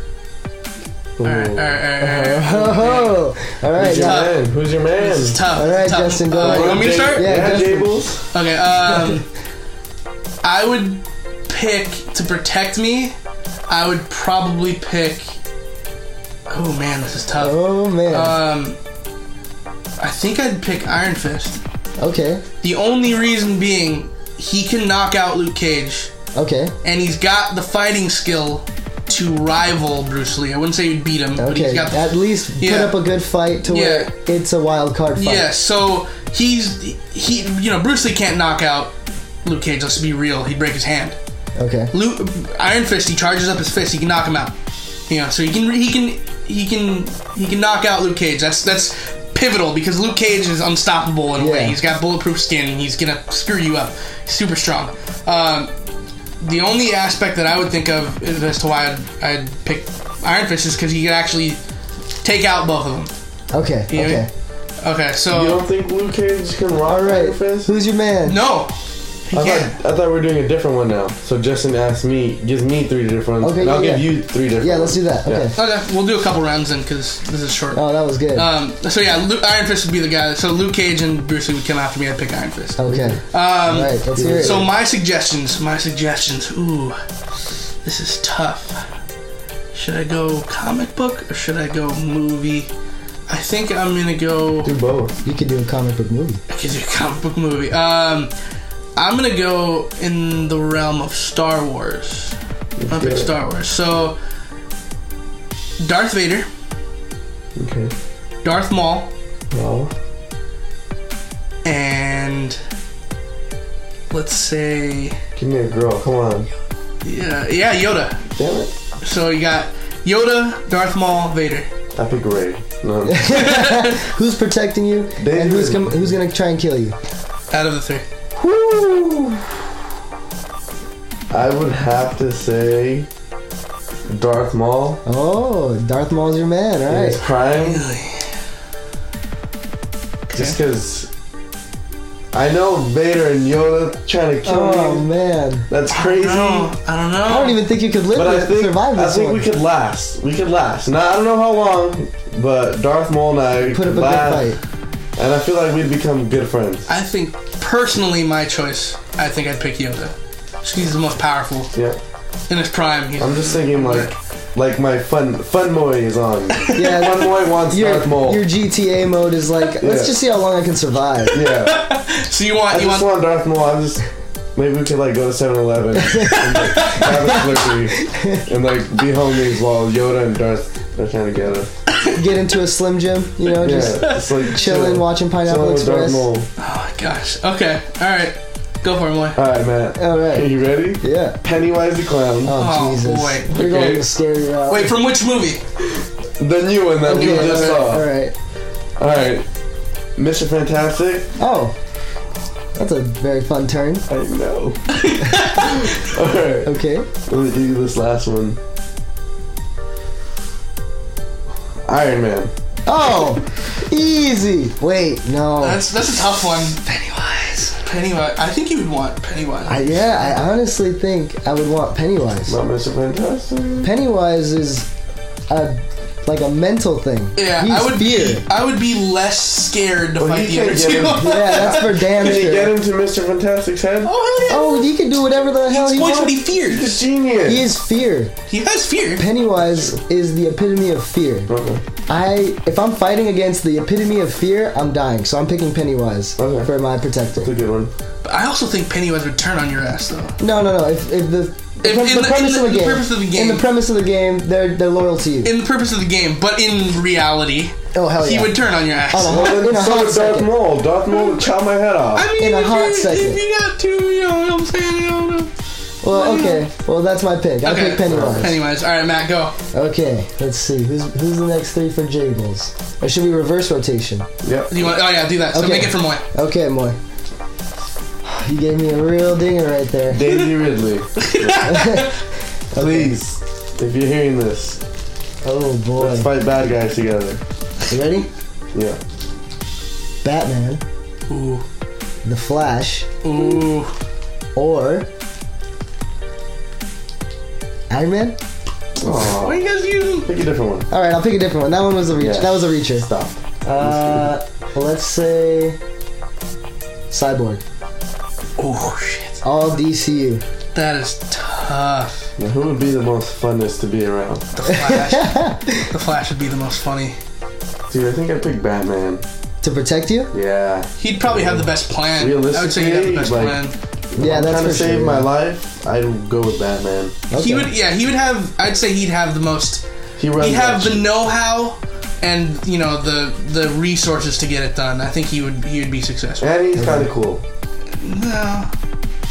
[SPEAKER 1] All right, all right, all right. All right.
[SPEAKER 3] Oh, all right,
[SPEAKER 2] Who's your
[SPEAKER 3] yeah.
[SPEAKER 2] man? Who's your man?
[SPEAKER 1] This is tough.
[SPEAKER 3] All right,
[SPEAKER 1] tough.
[SPEAKER 3] Justin, go
[SPEAKER 1] Uh,
[SPEAKER 3] ahead.
[SPEAKER 1] you want me to start?
[SPEAKER 3] Yeah,
[SPEAKER 2] Yeah,
[SPEAKER 3] Justin.
[SPEAKER 2] Jables.
[SPEAKER 1] Okay. Um, I would pick to protect me. I would probably pick. Oh man, this is tough.
[SPEAKER 3] Oh man.
[SPEAKER 1] Um, I think I'd pick Iron Fist.
[SPEAKER 3] okay.
[SPEAKER 1] The only reason being he can knock out Luke Cage,
[SPEAKER 3] Okay.
[SPEAKER 1] and he's got the fighting skill to rival Bruce Lee. I wouldn't say he'd beat him, but he's
[SPEAKER 3] Okay.
[SPEAKER 1] got the
[SPEAKER 3] At least put
[SPEAKER 1] Yeah.
[SPEAKER 3] up a good fight to where it's a wild card fight.
[SPEAKER 1] Yeah, so he's he you know Bruce Lee can't knock out Luke Cage. Let's be real, he'd break his hand.
[SPEAKER 3] Okay.
[SPEAKER 1] Luke Iron Fist, he charges up his fist, he can knock him out. You know, so he can he can he can he can knock out Luke Cage. That's that's pivotal because Luke Cage is unstoppable in a way.
[SPEAKER 3] Yeah.
[SPEAKER 1] He's got bulletproof skin. He's gonna screw you up. He's super strong. Um, the only aspect that I would think of is as to why I'd, I'd pick Iron Fist is because he could actually take out both of them.
[SPEAKER 3] Okay.
[SPEAKER 1] You know?
[SPEAKER 3] Okay.
[SPEAKER 1] Okay, so
[SPEAKER 2] You don't think Luke Cage can rock
[SPEAKER 3] All right.
[SPEAKER 2] Iron Fist?
[SPEAKER 3] Who's your man?
[SPEAKER 1] No. He
[SPEAKER 2] I
[SPEAKER 1] can't.
[SPEAKER 2] thought, I thought we were doing a different one now. So Justin asked me, gives me three different ones.
[SPEAKER 3] Okay,
[SPEAKER 2] and I'll
[SPEAKER 3] yeah,
[SPEAKER 2] give
[SPEAKER 3] yeah.
[SPEAKER 2] you three different
[SPEAKER 3] Yeah, let's do that.
[SPEAKER 2] Yeah.
[SPEAKER 3] Okay.
[SPEAKER 1] Okay, we'll do a couple rounds then because this is short.
[SPEAKER 3] Oh, that was good.
[SPEAKER 1] Um, so yeah, Lu Iron Fist would be the guy. So Luke Cage and Bruce Lee would come after me. I'd pick Iron Fist.
[SPEAKER 3] okay. All
[SPEAKER 1] Um,
[SPEAKER 3] right. Let's hear it.
[SPEAKER 1] so my suggestions, my suggestions. Ooh, this is tough. Should I go comic book or should I go movie? I think I'm gonna go.
[SPEAKER 2] Do both.
[SPEAKER 3] you could do a comic book movie.
[SPEAKER 1] I could do a comic book movie. Um, I'm gonna go in the realm of Star Wars. I'm gonna pick Star Wars. So Darth Vader.
[SPEAKER 2] Okay.
[SPEAKER 1] Darth Maul
[SPEAKER 2] Well,
[SPEAKER 1] and let's say
[SPEAKER 2] give me a girl. Come on.
[SPEAKER 1] yeah, yeah Yoda.
[SPEAKER 2] Damn it.
[SPEAKER 1] So you got Yoda, Darth Maul, Vader.
[SPEAKER 2] I pick Ray. No.
[SPEAKER 3] Who's protecting you? And who's com- who's gonna try and kill you?
[SPEAKER 1] Out of the three,
[SPEAKER 2] Woo! I would have to say Darth Maul.
[SPEAKER 3] Oh, Darth Maul's your man. All
[SPEAKER 2] in
[SPEAKER 3] right.
[SPEAKER 2] his prime.
[SPEAKER 1] really?
[SPEAKER 2] Just because I know Vader and Yoda trying to kill
[SPEAKER 3] Oh
[SPEAKER 2] me.
[SPEAKER 3] man,
[SPEAKER 2] That's crazy.
[SPEAKER 1] No, I don't know.
[SPEAKER 3] I don't even think you could live
[SPEAKER 2] But I
[SPEAKER 3] with,
[SPEAKER 2] think
[SPEAKER 3] survive
[SPEAKER 2] I
[SPEAKER 3] this
[SPEAKER 2] think
[SPEAKER 3] one.
[SPEAKER 2] we could last. We could last. Now I don't know how long, but Darth Maul and I
[SPEAKER 3] Put up
[SPEAKER 2] could
[SPEAKER 3] a
[SPEAKER 2] last,
[SPEAKER 3] good fight.
[SPEAKER 2] and I feel like we'd become good friends.
[SPEAKER 1] I think personally, my choice. I think I'd pick Yoda. Just 'cause He's the most powerful
[SPEAKER 2] Yeah,
[SPEAKER 1] in his prime. He's,
[SPEAKER 2] I'm just thinking like, like my fun fun moy is on. fun
[SPEAKER 3] Yeah,
[SPEAKER 2] moy wants
[SPEAKER 3] your,
[SPEAKER 2] Darth Maul.
[SPEAKER 3] your GTA mode is like,
[SPEAKER 2] Yeah.
[SPEAKER 3] let's just see how long I can survive.
[SPEAKER 2] yeah,
[SPEAKER 1] so you want
[SPEAKER 2] I
[SPEAKER 1] you
[SPEAKER 2] just
[SPEAKER 1] want
[SPEAKER 2] want Darth Maul. I just maybe we could like go to 7-Eleven and like, have a Slurpee and like be homies while Yoda and Darth are trying to get us.
[SPEAKER 3] Get into a Slim Jim, you know,
[SPEAKER 2] Yeah,
[SPEAKER 3] just
[SPEAKER 2] it's like
[SPEAKER 3] chilling,
[SPEAKER 2] chill.
[SPEAKER 3] watching
[SPEAKER 2] Chilling
[SPEAKER 3] Pineapple
[SPEAKER 2] with Darth
[SPEAKER 3] Express. All
[SPEAKER 2] Maul.
[SPEAKER 1] oh my gosh. Okay, all right, go for it, boy.
[SPEAKER 2] All right,
[SPEAKER 3] Uh,
[SPEAKER 2] Matt. Are
[SPEAKER 3] right.
[SPEAKER 2] you ready?
[SPEAKER 3] Yeah.
[SPEAKER 2] Pennywise the clown.
[SPEAKER 3] Oh,
[SPEAKER 1] Oh,
[SPEAKER 3] Jesus.
[SPEAKER 1] boy.
[SPEAKER 3] You're going
[SPEAKER 2] Okay.
[SPEAKER 3] to scary route.
[SPEAKER 1] Wait, from which movie?
[SPEAKER 2] The new one that we
[SPEAKER 3] okay,
[SPEAKER 2] just
[SPEAKER 3] all
[SPEAKER 2] saw.
[SPEAKER 3] right.
[SPEAKER 2] All right, Mr. Fantastic.
[SPEAKER 3] Oh, that's a very fun turn.
[SPEAKER 2] I know. all right,
[SPEAKER 3] Okay.
[SPEAKER 2] let me do this last one. Iron Man.
[SPEAKER 3] Oh, easy. Wait, no.
[SPEAKER 1] That's that's a tough one. Pennywise. Pennywise. I think you would want Pennywise.
[SPEAKER 3] I, yeah, I honestly think I would want Pennywise.
[SPEAKER 2] Not Mr. Fantastic.
[SPEAKER 3] Pennywise is a like a mental thing.
[SPEAKER 1] Yeah,
[SPEAKER 3] He's
[SPEAKER 1] I would
[SPEAKER 3] fear.
[SPEAKER 1] be. I would be less scared to
[SPEAKER 2] Well,
[SPEAKER 1] fight
[SPEAKER 2] he
[SPEAKER 1] the other
[SPEAKER 2] can't
[SPEAKER 1] two.
[SPEAKER 2] get him.
[SPEAKER 3] Yeah, that's for damn
[SPEAKER 2] Can you get
[SPEAKER 3] sure.
[SPEAKER 2] him to Mr. Fantastic's head?
[SPEAKER 1] oh hell
[SPEAKER 3] Oh, he can do whatever the
[SPEAKER 1] yeah!
[SPEAKER 3] hell
[SPEAKER 1] He
[SPEAKER 3] he
[SPEAKER 1] points what he
[SPEAKER 3] wants.
[SPEAKER 1] fears.
[SPEAKER 2] He's a genius.
[SPEAKER 3] He is fear.
[SPEAKER 1] He has fear.
[SPEAKER 3] Pennywise is the epitome of fear.
[SPEAKER 2] Okay.
[SPEAKER 3] I if I'm fighting against the epitome of fear, I'm dying. So I'm picking Pennywise
[SPEAKER 2] Okay.
[SPEAKER 3] for my
[SPEAKER 2] That's a
[SPEAKER 3] protector.
[SPEAKER 2] good one.
[SPEAKER 1] But I also think Pennywise would turn on your ass though.
[SPEAKER 3] No, no, no. If, if the the,
[SPEAKER 1] If-
[SPEAKER 3] pre-
[SPEAKER 1] in
[SPEAKER 3] the
[SPEAKER 1] the- in
[SPEAKER 3] premise of the
[SPEAKER 1] the
[SPEAKER 3] game,
[SPEAKER 1] premise of the
[SPEAKER 3] in
[SPEAKER 1] game.
[SPEAKER 3] the premise of the game, they're they're loyal to you.
[SPEAKER 1] In the purpose of the game, but in reality,
[SPEAKER 3] oh hell
[SPEAKER 1] he
[SPEAKER 3] yeah!
[SPEAKER 1] would turn on your ass.
[SPEAKER 3] Oh, no.
[SPEAKER 2] Well,
[SPEAKER 3] In a
[SPEAKER 2] then so
[SPEAKER 3] hot
[SPEAKER 2] would Darth
[SPEAKER 3] second.
[SPEAKER 2] Maul. Darth Maul would chop my head off.
[SPEAKER 1] I mean,
[SPEAKER 3] In a
[SPEAKER 1] if
[SPEAKER 3] hot
[SPEAKER 1] you,
[SPEAKER 3] second.
[SPEAKER 1] If you got two, you know what I'm saying? You know.
[SPEAKER 3] well, okay. Well, that's my pick. I
[SPEAKER 1] Okay.
[SPEAKER 3] pick Pennywise.
[SPEAKER 1] Pennywise. All right, Matt, go.
[SPEAKER 3] Okay, let's see. Who's who's the next three for Jables? Or should we reverse rotation?
[SPEAKER 2] Yep.
[SPEAKER 1] You want? Oh yeah, do that. So
[SPEAKER 3] Okay.
[SPEAKER 1] make it from one.
[SPEAKER 3] Okay, Moy. You gave me a real dinger right there.
[SPEAKER 2] Daisy Ridley. Please, if you're hearing this,
[SPEAKER 3] Oh boy.
[SPEAKER 2] let's fight bad guys together.
[SPEAKER 3] You ready?
[SPEAKER 2] Yeah.
[SPEAKER 3] Batman,
[SPEAKER 1] Ooh,
[SPEAKER 3] The Flash,
[SPEAKER 1] ooh.
[SPEAKER 3] or Iron Man?
[SPEAKER 1] Why you guys using?
[SPEAKER 2] Pick a different one.
[SPEAKER 3] All right, I'll pick a different one. That one was a reach.
[SPEAKER 2] Yeah.
[SPEAKER 3] That was a reacher.
[SPEAKER 2] Stop.
[SPEAKER 3] Uh, let's say Cyborg.
[SPEAKER 1] Oh shit,
[SPEAKER 3] All DCU.
[SPEAKER 1] that is tough.
[SPEAKER 2] Now, who would be the most funnest to be around?
[SPEAKER 1] The Flash. the Flash would be the most funny.
[SPEAKER 2] Dude, I think I picked Batman.
[SPEAKER 3] To protect you?
[SPEAKER 2] Yeah.
[SPEAKER 1] He'd probably have the best plan. I would say he'd have the best
[SPEAKER 2] Realistically,
[SPEAKER 1] plan.
[SPEAKER 3] Yeah,
[SPEAKER 2] I'm
[SPEAKER 3] that's
[SPEAKER 2] trying to
[SPEAKER 3] for
[SPEAKER 2] save
[SPEAKER 3] sure,
[SPEAKER 2] my
[SPEAKER 3] yeah.
[SPEAKER 2] life. I'd go with Batman.
[SPEAKER 1] He
[SPEAKER 3] Okay.
[SPEAKER 1] would, yeah, he would have. I'd say he'd have the most.
[SPEAKER 2] He runs.
[SPEAKER 1] He'd have
[SPEAKER 2] that
[SPEAKER 1] the know-how and you know the the resources to get it done. I think he would he would be successful.
[SPEAKER 2] And he's kind of cool.
[SPEAKER 1] No,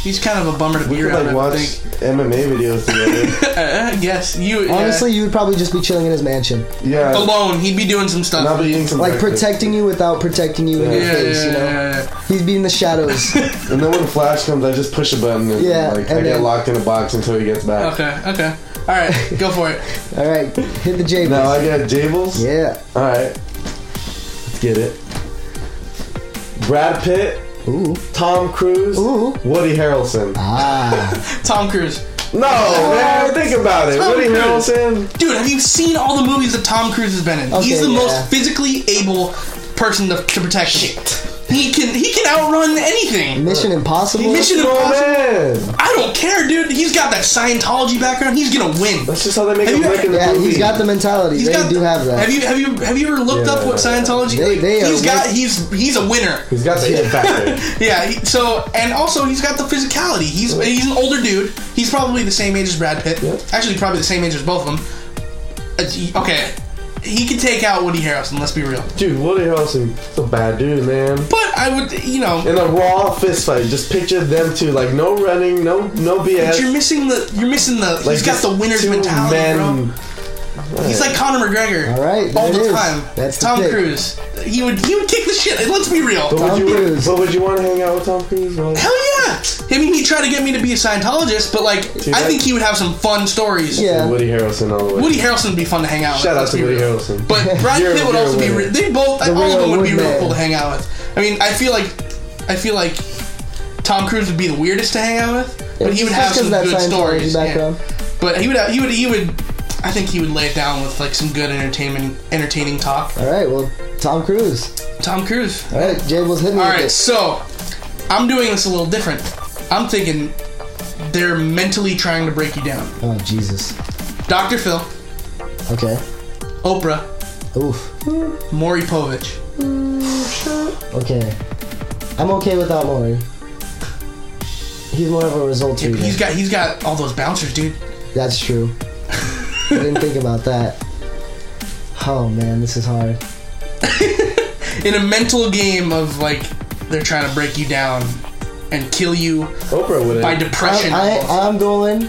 [SPEAKER 1] he's kind of a bummer to
[SPEAKER 2] We
[SPEAKER 1] be
[SPEAKER 2] could
[SPEAKER 1] around.
[SPEAKER 2] like
[SPEAKER 1] I
[SPEAKER 2] watch
[SPEAKER 1] think.
[SPEAKER 2] MMA videos together.
[SPEAKER 1] Uh, yes, you.
[SPEAKER 3] Honestly, you would probably just be chilling in his mansion,
[SPEAKER 2] yeah.
[SPEAKER 1] yeah. alone, he'd be doing some stuff.
[SPEAKER 2] uh, Not being some
[SPEAKER 3] like
[SPEAKER 2] breakfast.
[SPEAKER 3] protecting you without protecting you in
[SPEAKER 1] yeah,
[SPEAKER 3] your
[SPEAKER 1] yeah,
[SPEAKER 3] face. You know,
[SPEAKER 1] yeah, yeah.
[SPEAKER 3] he'd be in the shadows.
[SPEAKER 2] And then when the Flash comes, I just push a button and
[SPEAKER 3] Yeah,
[SPEAKER 2] like I
[SPEAKER 3] and
[SPEAKER 2] get
[SPEAKER 3] then-
[SPEAKER 2] locked in a box until he gets back.
[SPEAKER 1] Okay, okay. All right, go for it.
[SPEAKER 3] All right, hit the J.
[SPEAKER 2] Now I got Jables.
[SPEAKER 3] yeah.
[SPEAKER 2] All right, let's get it. Brad Pitt,
[SPEAKER 3] Ooh.
[SPEAKER 2] Tom Cruise,
[SPEAKER 3] Ooh.
[SPEAKER 2] Woody Harrelson.
[SPEAKER 3] Ah.
[SPEAKER 1] Tom Cruise.
[SPEAKER 2] No, man, think about it.
[SPEAKER 1] Tom
[SPEAKER 2] Woody
[SPEAKER 1] Cruise.
[SPEAKER 2] Harrelson.
[SPEAKER 1] Dude, have you seen all the movies that Tom Cruise has been in? He's
[SPEAKER 3] Okay,
[SPEAKER 1] the
[SPEAKER 3] yeah.
[SPEAKER 1] most physically able person to, to protect. He can he can outrun anything.
[SPEAKER 3] Mission Impossible.
[SPEAKER 1] Mission
[SPEAKER 2] Oh
[SPEAKER 1] Impossible.
[SPEAKER 2] man,
[SPEAKER 1] I don't care, dude. He's got that Scientology background. He's gonna win.
[SPEAKER 2] that's just how they make
[SPEAKER 1] Have
[SPEAKER 2] him
[SPEAKER 1] you-
[SPEAKER 2] look in the
[SPEAKER 3] Yeah,
[SPEAKER 2] movie.
[SPEAKER 3] he's got the mentality.
[SPEAKER 1] He's
[SPEAKER 3] they
[SPEAKER 1] got
[SPEAKER 3] do
[SPEAKER 1] the-
[SPEAKER 3] have that.
[SPEAKER 1] Have you have you have you ever looked up what
[SPEAKER 2] Yeah.
[SPEAKER 1] Scientology?
[SPEAKER 3] They- they are
[SPEAKER 1] he's got
[SPEAKER 3] with-
[SPEAKER 1] he's he's a winner.
[SPEAKER 2] He's got the it factor.
[SPEAKER 1] Yeah. He, so and also he's got the physicality. He's he's an older dude. He's probably the same age as Brad Pitt.
[SPEAKER 2] Yeah.
[SPEAKER 1] Actually, probably the same age as both of them. Uh, he- Okay, he could take out Woody Harrelson. Let's be real.
[SPEAKER 2] Dude, Woody Harrelson's a bad dude, man.
[SPEAKER 1] But I would, you know,
[SPEAKER 2] In a raw fist fight, just picture them two, like no running, no no BS.
[SPEAKER 1] you're missing the you're missing the.
[SPEAKER 2] like
[SPEAKER 1] he's got
[SPEAKER 2] just
[SPEAKER 1] the winner's
[SPEAKER 2] two
[SPEAKER 1] mentality, bro.
[SPEAKER 2] men.
[SPEAKER 1] He's like Conor McGregor.
[SPEAKER 3] All right,
[SPEAKER 1] All
[SPEAKER 3] there
[SPEAKER 1] the
[SPEAKER 3] it is.
[SPEAKER 1] time.
[SPEAKER 3] That's the
[SPEAKER 1] Tom
[SPEAKER 3] pick.
[SPEAKER 1] Cruise. He would he would kick the shit. And let's be real.
[SPEAKER 2] But
[SPEAKER 3] Tom
[SPEAKER 2] would you,
[SPEAKER 3] Cruise.
[SPEAKER 2] But would you want to hang out with Tom Cruise? Well,
[SPEAKER 1] Hell yeah! I mean, he tried to get me to be a Scientologist, but like, I
[SPEAKER 2] that-
[SPEAKER 1] think he would have some fun stories.
[SPEAKER 3] Yeah.
[SPEAKER 2] Woody Harrelson all the way.
[SPEAKER 1] Woody Harrelson would be fun to hang out with.
[SPEAKER 2] Shout out
[SPEAKER 1] let's
[SPEAKER 2] to
[SPEAKER 1] be
[SPEAKER 2] Woody
[SPEAKER 1] real.
[SPEAKER 2] Harrelson.
[SPEAKER 1] But Brad
[SPEAKER 2] You're-
[SPEAKER 1] Pitt would
[SPEAKER 2] you're
[SPEAKER 1] also
[SPEAKER 2] a
[SPEAKER 1] be.
[SPEAKER 2] winner.
[SPEAKER 1] Re- they both. all
[SPEAKER 3] real
[SPEAKER 1] of them would be
[SPEAKER 3] Woodman.
[SPEAKER 1] real cool to hang out with. I mean, I feel like, I feel like, Tom Cruise would be the weirdest to hang out with, but he would
[SPEAKER 3] Just
[SPEAKER 1] have
[SPEAKER 3] 'cause
[SPEAKER 1] some
[SPEAKER 3] of that
[SPEAKER 1] good
[SPEAKER 3] Scientology
[SPEAKER 1] stories. yeah.
[SPEAKER 3] background.
[SPEAKER 1] But he would. Have, he would. He would. I think he would lay it down with like some good entertainment, entertaining talk.
[SPEAKER 3] All right, well, Tom Cruise.
[SPEAKER 1] Tom Cruise.
[SPEAKER 3] All right, Jables hit me
[SPEAKER 1] All
[SPEAKER 3] with
[SPEAKER 1] right,
[SPEAKER 3] it.
[SPEAKER 1] so I'm doing this a little different. I'm thinking they're mentally trying to break you down.
[SPEAKER 3] Oh Jesus.
[SPEAKER 1] Dr. Phil,
[SPEAKER 3] Okay.
[SPEAKER 1] Oprah,
[SPEAKER 3] Oof.
[SPEAKER 1] Maury Povich.
[SPEAKER 3] Okay. I'm okay without Maury. He's more of a results reader.
[SPEAKER 1] He's got he's got all those bouncers, dude.
[SPEAKER 3] That's true. I didn't think about that. Oh man, this is hard.
[SPEAKER 1] In a mental game of like they're trying to break you down and kill you
[SPEAKER 2] Oprah would.
[SPEAKER 1] by
[SPEAKER 2] have
[SPEAKER 1] depression.
[SPEAKER 3] I, I, I'm going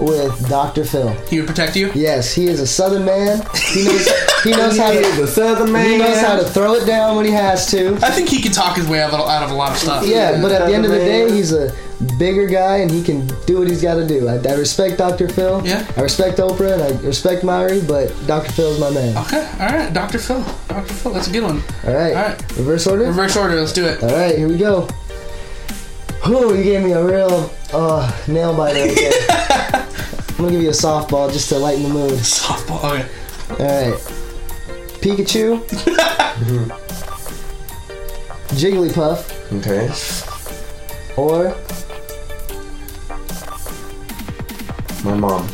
[SPEAKER 3] with Dr. Phil.
[SPEAKER 1] he would protect you.
[SPEAKER 3] Yes, he is a Southern man. He knows, he knows how
[SPEAKER 2] He's
[SPEAKER 3] to
[SPEAKER 2] a Southern man.
[SPEAKER 3] he knows how to throw it down when he has to.
[SPEAKER 1] I think he could talk his way out of, out of a lot of stuff.
[SPEAKER 3] Yeah, but at the end of the
[SPEAKER 2] Southern
[SPEAKER 3] day,
[SPEAKER 2] man.
[SPEAKER 3] he's a bigger guy and he can do what he's got to do. I, I respect Dr. Phil.
[SPEAKER 1] Yeah.
[SPEAKER 3] I respect Oprah and I respect Myri, but Dr. Phil's my man.
[SPEAKER 1] Okay, all right, Dr. Phil, Dr. Phil, that's a good one.
[SPEAKER 3] All right.
[SPEAKER 1] All right,
[SPEAKER 3] Reverse order?
[SPEAKER 1] reverse order, let's do it.
[SPEAKER 3] All right, here we go. Whew, you gave me a real uh, nail biter. again. I'm gonna give you a softball just to lighten the mood.
[SPEAKER 1] Softball. Okay.
[SPEAKER 3] All right, Pikachu, Jigglypuff,
[SPEAKER 2] Okay.
[SPEAKER 3] or
[SPEAKER 2] My mom.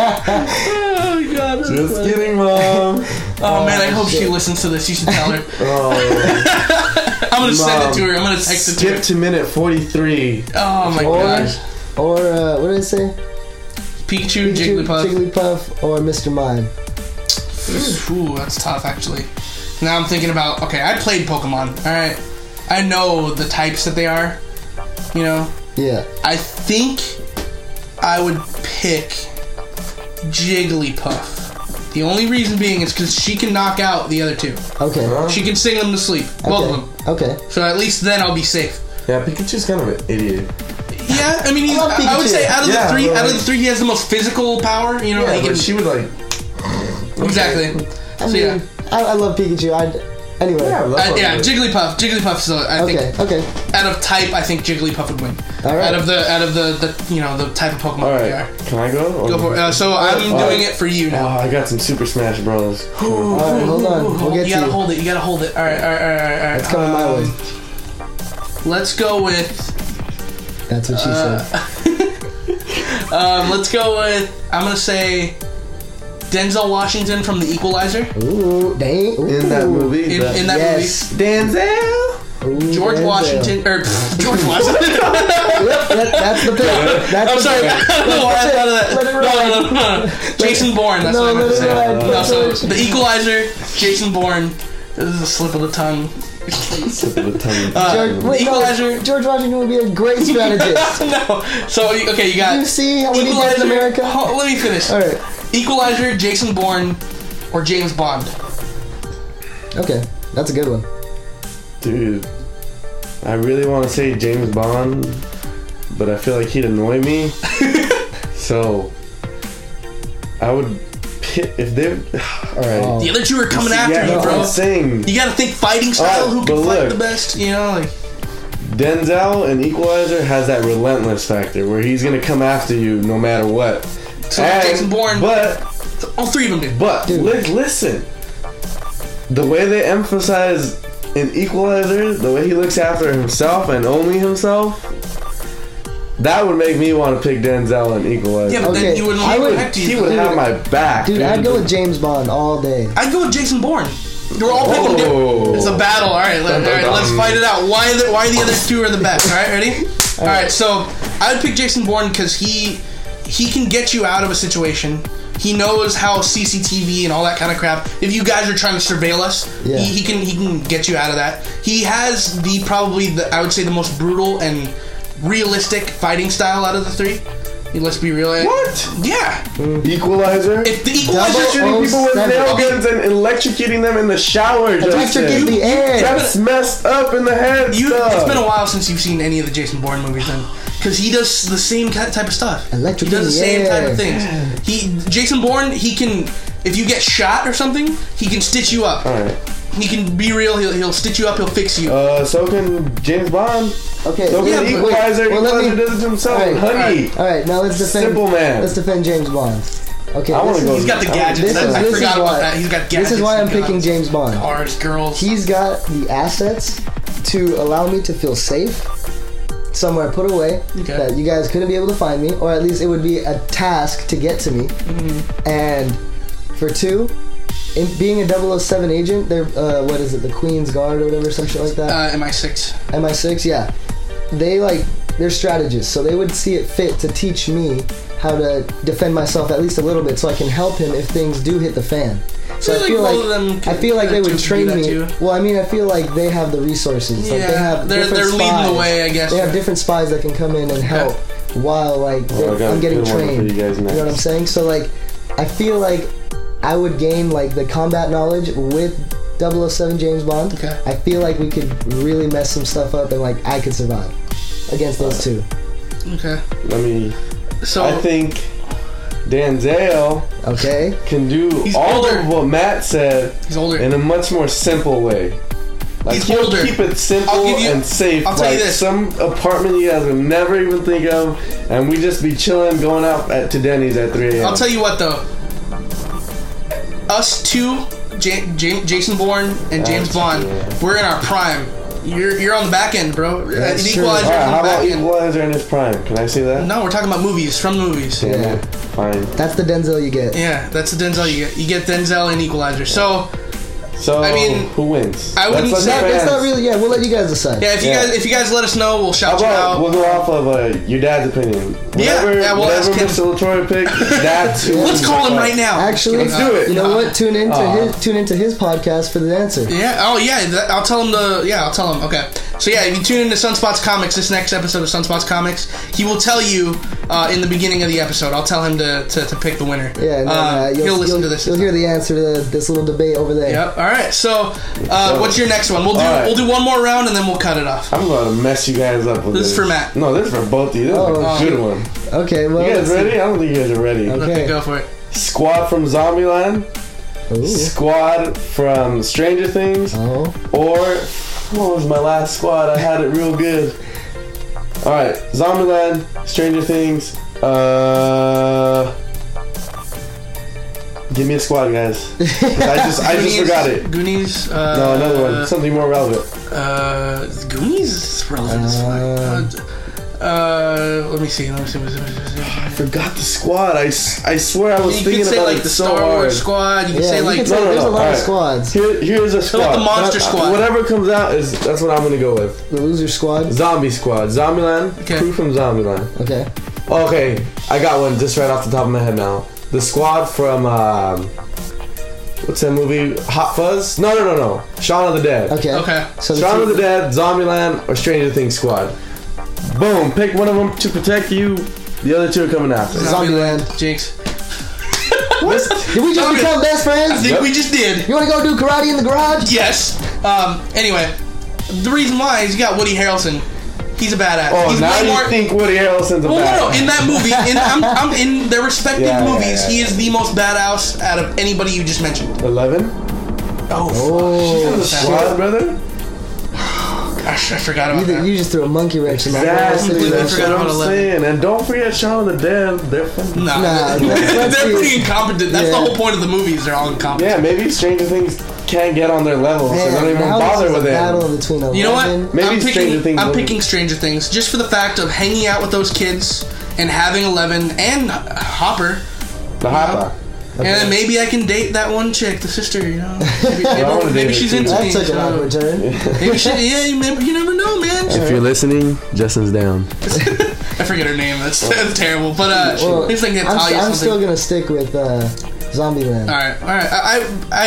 [SPEAKER 1] Oh God.
[SPEAKER 2] Just kidding, mom.
[SPEAKER 1] Oh, man, I hope she listens to this. You should tell her.
[SPEAKER 2] Oh,
[SPEAKER 1] I'm gonna send it
[SPEAKER 2] Mom,
[SPEAKER 1] to her. I'm gonna text it to
[SPEAKER 2] skip
[SPEAKER 1] her.
[SPEAKER 2] to minute forty-three.
[SPEAKER 1] Oh my
[SPEAKER 3] or
[SPEAKER 1] gosh.
[SPEAKER 3] or uh, what did I say?
[SPEAKER 1] Pikachu,
[SPEAKER 3] Pikachu,
[SPEAKER 1] Jigglypuff.
[SPEAKER 3] Jigglypuff, or Mr. Mime.
[SPEAKER 1] Ooh, that's tough actually. Now I'm thinking about okay, I played Pokemon. Alright. I know the types that they are. You know?
[SPEAKER 3] Yeah.
[SPEAKER 1] I think I would pick Jigglypuff. The only reason being is because she can knock out the other two.
[SPEAKER 3] Okay.
[SPEAKER 1] She can sing them to sleep. Both of
[SPEAKER 3] okay.
[SPEAKER 1] them.
[SPEAKER 3] Okay.
[SPEAKER 1] So at least then I'll be safe.
[SPEAKER 2] Yeah, Pikachu's kind of an idiot.
[SPEAKER 1] Yeah, I mean, he's,
[SPEAKER 3] I love
[SPEAKER 1] I, I would
[SPEAKER 3] Pikachu.
[SPEAKER 1] say out of
[SPEAKER 2] Yeah,
[SPEAKER 1] the three,
[SPEAKER 2] but
[SPEAKER 1] out of
[SPEAKER 2] like-
[SPEAKER 1] the three, he has the most physical power. You know,
[SPEAKER 2] Yeah,
[SPEAKER 1] he
[SPEAKER 2] but
[SPEAKER 1] can,
[SPEAKER 2] she would like.
[SPEAKER 1] exactly.
[SPEAKER 3] I
[SPEAKER 1] So yeah,
[SPEAKER 3] mean, I, I love Pikachu. I Anyway.
[SPEAKER 1] Uh, yeah, Jigglypuff. Jigglypuff's the I
[SPEAKER 3] Okay.
[SPEAKER 1] think
[SPEAKER 3] Okay.
[SPEAKER 1] out of type, I think Jigglypuff would win.
[SPEAKER 3] All right.
[SPEAKER 1] Out of the out of the, the you know the type of Pokemon
[SPEAKER 2] All
[SPEAKER 1] they
[SPEAKER 2] right,
[SPEAKER 1] are.
[SPEAKER 2] can I go?
[SPEAKER 1] Go for it. Uh, so I'm
[SPEAKER 2] All
[SPEAKER 1] doing
[SPEAKER 2] right.
[SPEAKER 1] it for you
[SPEAKER 2] Oh,
[SPEAKER 1] now.
[SPEAKER 2] I got some Super Smash Bros. Cool.
[SPEAKER 3] All right. Hold on. We'll get
[SPEAKER 1] you
[SPEAKER 3] to
[SPEAKER 1] gotta
[SPEAKER 3] you.
[SPEAKER 1] hold it. You gotta hold it. All right, all right, all right, all right, all right. Um,
[SPEAKER 3] It's coming my way.
[SPEAKER 1] Let's go with.
[SPEAKER 3] That's what she said.
[SPEAKER 1] Um, let's go with. I'm gonna say. Denzel Washington from The Equalizer.
[SPEAKER 3] Ooh, dang. Ooh.
[SPEAKER 6] in that movie.
[SPEAKER 1] In,
[SPEAKER 6] that-
[SPEAKER 1] in that
[SPEAKER 3] Yes.
[SPEAKER 6] Denzel.
[SPEAKER 3] Ooh,
[SPEAKER 1] movie, George
[SPEAKER 3] Denzel.
[SPEAKER 1] Washington or pff, George Washington.
[SPEAKER 3] Yep, that, that's the pick. That's
[SPEAKER 1] I'm
[SPEAKER 3] the
[SPEAKER 1] sorry.
[SPEAKER 3] pick.
[SPEAKER 1] I don't know why I thought of that.
[SPEAKER 3] Let it
[SPEAKER 1] No, no, no, no. Jason Bourne. That's
[SPEAKER 3] No,
[SPEAKER 1] what I meant to
[SPEAKER 3] let it
[SPEAKER 1] say.
[SPEAKER 3] ride.
[SPEAKER 1] No, so
[SPEAKER 3] Let it
[SPEAKER 1] the Equalizer, Jason Bourne. This is a slip of the tongue.
[SPEAKER 2] Tip of
[SPEAKER 1] Uh,
[SPEAKER 2] the tongue.
[SPEAKER 3] George,
[SPEAKER 1] The
[SPEAKER 3] wait,
[SPEAKER 1] Equalizer.
[SPEAKER 3] no, George Washington would be a great strategist.
[SPEAKER 1] no. So you- okay, you got
[SPEAKER 3] you see how we need that in
[SPEAKER 1] Equalizer.
[SPEAKER 3] America?
[SPEAKER 1] Ho- let me finish.
[SPEAKER 3] All right.
[SPEAKER 1] Equalizer, Jason Bourne, or James Bond.
[SPEAKER 3] Oh. Okay, that's a good one.
[SPEAKER 2] Dude, I really want to say James Bond, but I feel like he'd annoy me. so, I would pit if they're all right.
[SPEAKER 1] The other two are coming after
[SPEAKER 2] yeah,
[SPEAKER 1] you,
[SPEAKER 2] that's what
[SPEAKER 1] bro.
[SPEAKER 2] I'm saying
[SPEAKER 1] You gotta think fighting style.
[SPEAKER 2] Alright,
[SPEAKER 1] who
[SPEAKER 2] but
[SPEAKER 1] can fight
[SPEAKER 2] look.
[SPEAKER 1] the best? You know, like
[SPEAKER 2] Denzel and Equalizer has that relentless factor where he's gonna come after you no matter what.
[SPEAKER 1] So Jason Bourne-
[SPEAKER 2] but
[SPEAKER 1] all three of them did.
[SPEAKER 2] But li- listen, the way they emphasize in Equalizer, the way he looks after himself and only himself, that would make me want to pick Denzel in Equalizer.
[SPEAKER 1] Yeah, but then
[SPEAKER 3] Okay,
[SPEAKER 1] you wouldn't
[SPEAKER 3] I
[SPEAKER 1] want
[SPEAKER 3] would-
[SPEAKER 1] to
[SPEAKER 2] he would have my back.
[SPEAKER 3] Dude, I'd go with James Bond all day.
[SPEAKER 1] I'd go with Jason Bourne. You're all picking
[SPEAKER 2] Oh.
[SPEAKER 1] different. It's a battle. All right, let, all right let's fight it out. Why the why the other two are the best? All right, ready? All right, so I would pick Jason Bourne because he he can get you out of a situation. He knows how CCTV and all that kind of crap. If you guys are trying to surveil us,
[SPEAKER 3] Yeah.
[SPEAKER 1] he, he can he can get you out of that. He has the probably the I would say the most brutal and realistic fighting style out of the three. Let's be real.
[SPEAKER 2] What?
[SPEAKER 1] Yeah.
[SPEAKER 2] Equalizer?
[SPEAKER 1] If the
[SPEAKER 2] He's
[SPEAKER 1] equalizer
[SPEAKER 2] just shooting people with
[SPEAKER 3] 007.
[SPEAKER 2] nail guns and electrocuting them in the shower,
[SPEAKER 3] Electrocute
[SPEAKER 2] Justin.
[SPEAKER 3] the air.
[SPEAKER 2] That's messed up in the head.
[SPEAKER 1] You,
[SPEAKER 2] stuff.
[SPEAKER 1] it's been a while since you've seen any of the Jason Bourne movies, then, because he does the same ki- type of stuff.
[SPEAKER 3] Electric
[SPEAKER 1] he does the
[SPEAKER 3] in
[SPEAKER 1] same
[SPEAKER 3] the
[SPEAKER 1] type
[SPEAKER 3] air.
[SPEAKER 1] of things. He, Jason Bourne, he can, if you get shot or something, he can stitch you up.
[SPEAKER 2] All right.
[SPEAKER 1] He can be real. He'll, he'll stitch you up. He'll fix
[SPEAKER 3] Oh,
[SPEAKER 1] you.
[SPEAKER 2] Uh, so can James Bond.
[SPEAKER 3] Okay,
[SPEAKER 2] So
[SPEAKER 3] yeah,
[SPEAKER 2] can
[SPEAKER 3] but-
[SPEAKER 2] Equalizer.
[SPEAKER 3] well, let
[SPEAKER 2] Equalizer
[SPEAKER 3] me-
[SPEAKER 2] does it himself.
[SPEAKER 3] Alright,
[SPEAKER 2] Honey.
[SPEAKER 1] alright.
[SPEAKER 3] All right, now let's defend.
[SPEAKER 2] Simple man.
[SPEAKER 3] Let's defend James Bond. Okay,
[SPEAKER 2] I wanna
[SPEAKER 3] this
[SPEAKER 2] go
[SPEAKER 3] is-
[SPEAKER 1] He's got the gadgets.
[SPEAKER 3] oh, This
[SPEAKER 1] That,
[SPEAKER 3] is-
[SPEAKER 1] I
[SPEAKER 3] this is
[SPEAKER 1] forgot about
[SPEAKER 3] why-
[SPEAKER 1] that. He's got gadgets.
[SPEAKER 3] This is why I'm
[SPEAKER 1] and guns,
[SPEAKER 3] picking James Bond.
[SPEAKER 1] Cars, girls.
[SPEAKER 3] He's got the assets to allow me to feel safe somewhere put away
[SPEAKER 1] Okay.
[SPEAKER 3] that you guys couldn't be able to find me, or at least it would be a task to get to me. And for two, in being a 007 agent, they're uh, what is it, the Queen's Guard or whatever, some shit like that.
[SPEAKER 1] uh, MI6.
[SPEAKER 3] MI6, yeah. They like they're strategists, so they would see it fit to teach me how to defend myself at least a little bit, so I can help him if things do hit the fan. So
[SPEAKER 1] Really,
[SPEAKER 3] I feel
[SPEAKER 1] both
[SPEAKER 3] like
[SPEAKER 1] of them
[SPEAKER 3] I
[SPEAKER 1] could-
[SPEAKER 3] feel like
[SPEAKER 1] uh,
[SPEAKER 3] they
[SPEAKER 1] could
[SPEAKER 3] would
[SPEAKER 1] do
[SPEAKER 3] train
[SPEAKER 1] that
[SPEAKER 3] me.
[SPEAKER 1] too.
[SPEAKER 3] Well, I mean, I feel like they have the resources. Like, they have
[SPEAKER 1] they're
[SPEAKER 3] different
[SPEAKER 1] they're leading
[SPEAKER 3] spies.
[SPEAKER 1] the way, I guess.
[SPEAKER 3] They have different spies that can come in and help while like
[SPEAKER 2] Oh, I got
[SPEAKER 3] I'm
[SPEAKER 2] a
[SPEAKER 3] getting
[SPEAKER 2] good one
[SPEAKER 3] trained.
[SPEAKER 2] for you guys
[SPEAKER 3] You know what I'm
[SPEAKER 2] next.
[SPEAKER 3] saying? So like, I feel like I would gain like the combat knowledge with 007 James Bond.
[SPEAKER 1] Okay.
[SPEAKER 3] I feel like we could really mess some stuff up and like I could survive against those two.
[SPEAKER 1] okay.
[SPEAKER 2] Let me.
[SPEAKER 1] So
[SPEAKER 2] I think Danzel
[SPEAKER 3] Okay.
[SPEAKER 2] can do
[SPEAKER 1] He's
[SPEAKER 2] all
[SPEAKER 1] older.
[SPEAKER 2] of what Matt said
[SPEAKER 1] he's older.
[SPEAKER 2] in a much more simple way. Like
[SPEAKER 1] He's
[SPEAKER 2] he'll
[SPEAKER 1] older.
[SPEAKER 2] keep it simple
[SPEAKER 1] I'll give you-
[SPEAKER 2] and safe.
[SPEAKER 1] I'll
[SPEAKER 2] like
[SPEAKER 1] tell you this.
[SPEAKER 2] some apartment you guys would never even think of, and we just be chilling, going out at to Denny's at 3 a.m.
[SPEAKER 1] I'll tell you what though. Us two, J- J- Jason Bourne and James Bond, we're in our prime. You're you're on the back end, bro.
[SPEAKER 3] That's
[SPEAKER 1] An
[SPEAKER 3] true.
[SPEAKER 1] equalizer's
[SPEAKER 2] All right,
[SPEAKER 1] on
[SPEAKER 2] how
[SPEAKER 1] the back
[SPEAKER 2] about
[SPEAKER 1] end.
[SPEAKER 2] Equalizer in his prime? Can I say that?
[SPEAKER 1] No, we're talking about movies from the movies.
[SPEAKER 2] Damn
[SPEAKER 3] Yeah.
[SPEAKER 2] it. Fine.
[SPEAKER 3] That's the Denzel you get.
[SPEAKER 1] Yeah, that's the Denzel you get. You get Denzel and Equalizer. So
[SPEAKER 2] So
[SPEAKER 1] I mean,
[SPEAKER 2] who wins?
[SPEAKER 1] I wouldn't
[SPEAKER 2] Let's let
[SPEAKER 1] say-
[SPEAKER 2] the
[SPEAKER 3] That's not
[SPEAKER 2] fans-
[SPEAKER 3] really. Yeah, we'll let you guys decide.
[SPEAKER 1] yeah, if you
[SPEAKER 2] Yeah.
[SPEAKER 1] guys if you guys let us know, we'll
[SPEAKER 2] How
[SPEAKER 1] shout you
[SPEAKER 2] about
[SPEAKER 1] out.
[SPEAKER 2] we'll go off of uh, your dad's opinion?
[SPEAKER 1] Yeah,
[SPEAKER 2] whatever,
[SPEAKER 1] yeah, we'll ask
[SPEAKER 2] whatever
[SPEAKER 1] him.
[SPEAKER 2] Mr. Latour picked, that's who
[SPEAKER 1] Let's
[SPEAKER 2] wins.
[SPEAKER 1] call him right now.
[SPEAKER 3] Actually,
[SPEAKER 2] Let's do it.
[SPEAKER 3] You know what? Tune into
[SPEAKER 2] Aw.
[SPEAKER 3] his tune into his podcast for the answer.
[SPEAKER 1] Yeah. Oh, yeah. That, I'll tell him the. Yeah, I'll tell him. Okay. So yeah, if you tune into Sunspots Comics, this next episode of Sunspots Comics, he will tell you uh, in the beginning of the episode. I'll tell him to, to, to pick the winner.
[SPEAKER 3] Yeah, and then,
[SPEAKER 1] Uh,
[SPEAKER 3] uh, you'll,
[SPEAKER 1] he'll listen
[SPEAKER 3] you'll-
[SPEAKER 1] to this.
[SPEAKER 3] You'll hear the answer to this little debate over there.
[SPEAKER 1] Yep. All right. So, uh, what's your next one? We'll do
[SPEAKER 2] All right.
[SPEAKER 1] we'll do one more round and then we'll cut it off.
[SPEAKER 2] I'm gonna mess you guys up with
[SPEAKER 1] This
[SPEAKER 2] this.
[SPEAKER 1] is for Matt.
[SPEAKER 2] No, this is for both of you. This is
[SPEAKER 3] Oh,
[SPEAKER 2] a good one.
[SPEAKER 3] Okay, well,
[SPEAKER 2] You guys
[SPEAKER 3] let's see.
[SPEAKER 2] ready? I don't think you guys are ready.
[SPEAKER 1] Okay.
[SPEAKER 3] Okay.
[SPEAKER 1] Go for it.
[SPEAKER 2] Squad from Zombieland
[SPEAKER 3] Ooh.
[SPEAKER 2] Squad from Stranger Things,
[SPEAKER 3] Oh.
[SPEAKER 2] or what was my last squad? I had it real good. All right, Zombieland, Stranger Things. Uh, give me a squad, guys. 'Cause I just I just
[SPEAKER 1] Goonies-
[SPEAKER 2] forgot it.
[SPEAKER 1] Goonies. Uh,
[SPEAKER 2] No, another one. Something more relevant.
[SPEAKER 1] Uh, Goonies is relevant as fuck. Uh, uh, let me see. Let me see. Let me see, let me see, let me
[SPEAKER 2] I forgot the squad. I, s- I swear I was
[SPEAKER 1] see. You
[SPEAKER 2] thinking
[SPEAKER 1] could say
[SPEAKER 2] about
[SPEAKER 1] like
[SPEAKER 2] it
[SPEAKER 1] the
[SPEAKER 2] so
[SPEAKER 1] Star
[SPEAKER 2] hard.
[SPEAKER 1] Wars squad. You could
[SPEAKER 3] Yeah,
[SPEAKER 1] say
[SPEAKER 3] you
[SPEAKER 1] like
[SPEAKER 3] can say
[SPEAKER 2] No, no,
[SPEAKER 3] there's
[SPEAKER 2] no,
[SPEAKER 3] a lot of
[SPEAKER 2] alright.
[SPEAKER 3] squads.
[SPEAKER 2] Here, here's a squad.
[SPEAKER 1] like the Monster
[SPEAKER 2] Uh,
[SPEAKER 1] Squad.
[SPEAKER 2] Whatever comes out is that's what I'm gonna go with.
[SPEAKER 3] The loser squad.
[SPEAKER 2] Zombie Squad, Zombieland,
[SPEAKER 1] Okay.
[SPEAKER 2] crew from Zombieland.
[SPEAKER 3] Okay.
[SPEAKER 2] Okay, I got one just right off the top of my head now. The squad from um, what's that movie? Hot Fuzz? No, no, no, no. Shaun of the Dead.
[SPEAKER 3] Okay.
[SPEAKER 1] okay.
[SPEAKER 3] So the
[SPEAKER 2] Shaun of
[SPEAKER 3] two,
[SPEAKER 2] the Dead, Zombieland, or Stranger Things squad. Boom! Pick one of them to protect you. The other two are coming after.
[SPEAKER 3] Zombieland.
[SPEAKER 1] Jinx.
[SPEAKER 3] Did we just
[SPEAKER 1] Zombie-
[SPEAKER 3] become best
[SPEAKER 1] I
[SPEAKER 3] friends?
[SPEAKER 1] think
[SPEAKER 2] Yep.
[SPEAKER 1] we just did.
[SPEAKER 3] You want to go do karate in the garage?
[SPEAKER 1] Yes. Um. Anyway, the reason why is you got Woody Harrelson. He's a badass.
[SPEAKER 2] Oh,
[SPEAKER 1] He's
[SPEAKER 2] now
[SPEAKER 1] way
[SPEAKER 2] you
[SPEAKER 1] more-
[SPEAKER 2] think Woody Harrelson's a
[SPEAKER 1] Well, no, no.
[SPEAKER 2] badass.
[SPEAKER 1] In that movie, in, I'm, I'm in their respective
[SPEAKER 2] Yeah, yeah,
[SPEAKER 1] movies.
[SPEAKER 2] yeah,
[SPEAKER 1] He is the most badass out of anybody you just mentioned.
[SPEAKER 2] Eleven.
[SPEAKER 1] Oh,
[SPEAKER 3] Oh,
[SPEAKER 2] Squad, brother.
[SPEAKER 1] fuck. gosh, I forgot about
[SPEAKER 3] You,
[SPEAKER 1] that.
[SPEAKER 3] th- you just threw a monkey wrench in my
[SPEAKER 2] Exactly.
[SPEAKER 1] Completely
[SPEAKER 2] That's what
[SPEAKER 1] forgot
[SPEAKER 2] I'm
[SPEAKER 1] about 11.
[SPEAKER 2] saying. And don't forget Shaun of the Dead. They're fun.
[SPEAKER 1] Nah,
[SPEAKER 3] Nah, let's-
[SPEAKER 1] they're,
[SPEAKER 3] let's see.
[SPEAKER 1] pretty incompetent. That's the
[SPEAKER 3] Yeah.
[SPEAKER 1] whole point of the movies. They're all incompetent.
[SPEAKER 2] Yeah, maybe Stranger Things can't get on their level, so they
[SPEAKER 3] Man,
[SPEAKER 2] don't even
[SPEAKER 3] now this
[SPEAKER 2] bother
[SPEAKER 3] is
[SPEAKER 2] with
[SPEAKER 3] a
[SPEAKER 2] it.
[SPEAKER 3] battle between
[SPEAKER 1] You know what?
[SPEAKER 3] 11
[SPEAKER 2] Maybe
[SPEAKER 1] I'm picking,
[SPEAKER 2] Stranger Things
[SPEAKER 1] I'm
[SPEAKER 2] will be-
[SPEAKER 1] picking Stranger Things just for the fact of hanging out with those kids and having Eleven and Hopper.
[SPEAKER 2] The Hopper.
[SPEAKER 1] And then maybe I can date that one chick, the sister. You know, maybe,
[SPEAKER 2] I
[SPEAKER 1] maybe,
[SPEAKER 2] wanna date
[SPEAKER 1] maybe
[SPEAKER 2] her
[SPEAKER 1] she's
[SPEAKER 2] too.
[SPEAKER 1] into
[SPEAKER 3] That
[SPEAKER 1] me.
[SPEAKER 3] took an
[SPEAKER 1] so-
[SPEAKER 3] awkward turn.
[SPEAKER 1] maybe she, yeah, you, maybe, you never know, man.
[SPEAKER 2] If you're listening, Justin's down.
[SPEAKER 1] I forget her name. That's, that's terrible. But uh,
[SPEAKER 3] Well,
[SPEAKER 1] it's like Natalia.
[SPEAKER 3] I'm, st- I'm
[SPEAKER 1] something.
[SPEAKER 3] still gonna stick with uh, Zombieland.
[SPEAKER 1] all right, all right. I,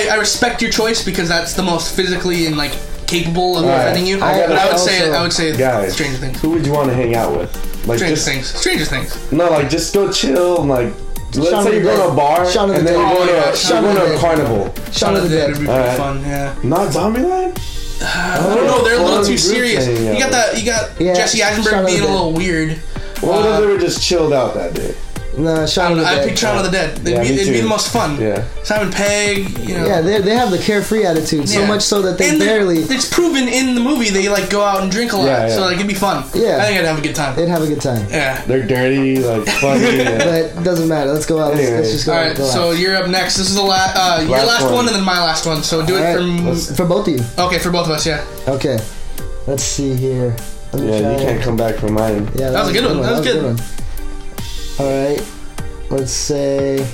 [SPEAKER 1] I I respect your choice because that's the most physically and like capable of
[SPEAKER 2] All right.
[SPEAKER 1] offending you.
[SPEAKER 2] I gotta
[SPEAKER 1] but I would say
[SPEAKER 3] also-
[SPEAKER 1] I would say
[SPEAKER 2] Guys.
[SPEAKER 1] Stranger Things.
[SPEAKER 2] Who would you want to hang out with? Like
[SPEAKER 1] Stranger
[SPEAKER 2] just
[SPEAKER 1] Things. Stranger Things.
[SPEAKER 2] no, like just go chill and like. Let's
[SPEAKER 3] Shaun
[SPEAKER 2] say
[SPEAKER 3] of
[SPEAKER 2] you go
[SPEAKER 3] the
[SPEAKER 2] to a
[SPEAKER 3] Dead.
[SPEAKER 2] bar
[SPEAKER 3] Shaun of
[SPEAKER 2] and
[SPEAKER 3] the
[SPEAKER 2] then you
[SPEAKER 1] Dead.
[SPEAKER 2] go to
[SPEAKER 1] Oh, yeah,
[SPEAKER 2] a,
[SPEAKER 1] Shaun
[SPEAKER 2] you
[SPEAKER 3] of
[SPEAKER 2] go to
[SPEAKER 3] the
[SPEAKER 2] a
[SPEAKER 3] Dead.
[SPEAKER 2] carnival.
[SPEAKER 3] Shaun of the
[SPEAKER 1] Dead would
[SPEAKER 3] Dead.
[SPEAKER 1] be
[SPEAKER 2] All
[SPEAKER 1] pretty
[SPEAKER 2] right.
[SPEAKER 1] fun. Yeah.
[SPEAKER 2] Not Zombieland.
[SPEAKER 1] I don't know. They're a little
[SPEAKER 2] Well,
[SPEAKER 1] too
[SPEAKER 2] group
[SPEAKER 1] serious.
[SPEAKER 2] thing, yeah.
[SPEAKER 1] You got that. You got
[SPEAKER 3] Yeah,
[SPEAKER 1] Jesse
[SPEAKER 3] Shaun
[SPEAKER 1] Eisenberg
[SPEAKER 3] of the
[SPEAKER 1] being a
[SPEAKER 3] Dead.
[SPEAKER 1] little weird.
[SPEAKER 2] What
[SPEAKER 1] Uh,
[SPEAKER 2] if they were just chilled out that day?
[SPEAKER 3] No,
[SPEAKER 1] I
[SPEAKER 3] Shaun
[SPEAKER 1] don't know.
[SPEAKER 3] of the
[SPEAKER 1] I
[SPEAKER 3] Dead.
[SPEAKER 1] pick Shaun of the Dead. It'd,
[SPEAKER 2] Yeah,
[SPEAKER 1] be,
[SPEAKER 2] me
[SPEAKER 1] it'd be
[SPEAKER 2] too.
[SPEAKER 1] the most fun.
[SPEAKER 2] Yeah.
[SPEAKER 1] Simon Pegg. You know.
[SPEAKER 3] yeah, they, they have the carefree attitude so
[SPEAKER 1] Yeah.
[SPEAKER 3] much so that they
[SPEAKER 1] And
[SPEAKER 3] barely
[SPEAKER 1] It's proven in the movie they like go out and drink a lot,
[SPEAKER 2] Yeah, yeah.
[SPEAKER 1] so like it'd be fun.
[SPEAKER 3] Yeah.
[SPEAKER 1] I think I'd have a good time.
[SPEAKER 3] they'd have a good time.
[SPEAKER 1] yeah.
[SPEAKER 2] They're dirty, like funny. and-
[SPEAKER 3] But it doesn't matter. Let's go out. Let's, let's just go
[SPEAKER 1] All
[SPEAKER 3] out.
[SPEAKER 1] right,
[SPEAKER 3] go
[SPEAKER 1] so you're up next. This is the last, uh, your
[SPEAKER 2] Last
[SPEAKER 1] last one.
[SPEAKER 2] one.
[SPEAKER 1] and then my last one. So do
[SPEAKER 3] out.
[SPEAKER 1] it
[SPEAKER 3] All right,
[SPEAKER 1] from
[SPEAKER 3] let's- for both of you.
[SPEAKER 1] okay for both of us. Yeah,
[SPEAKER 3] Okay, let's see here. Let me
[SPEAKER 2] yeah, you
[SPEAKER 3] try-
[SPEAKER 2] can't come back from mine.
[SPEAKER 3] Yeah,
[SPEAKER 1] That was a good one. That was good.
[SPEAKER 3] All right, let's say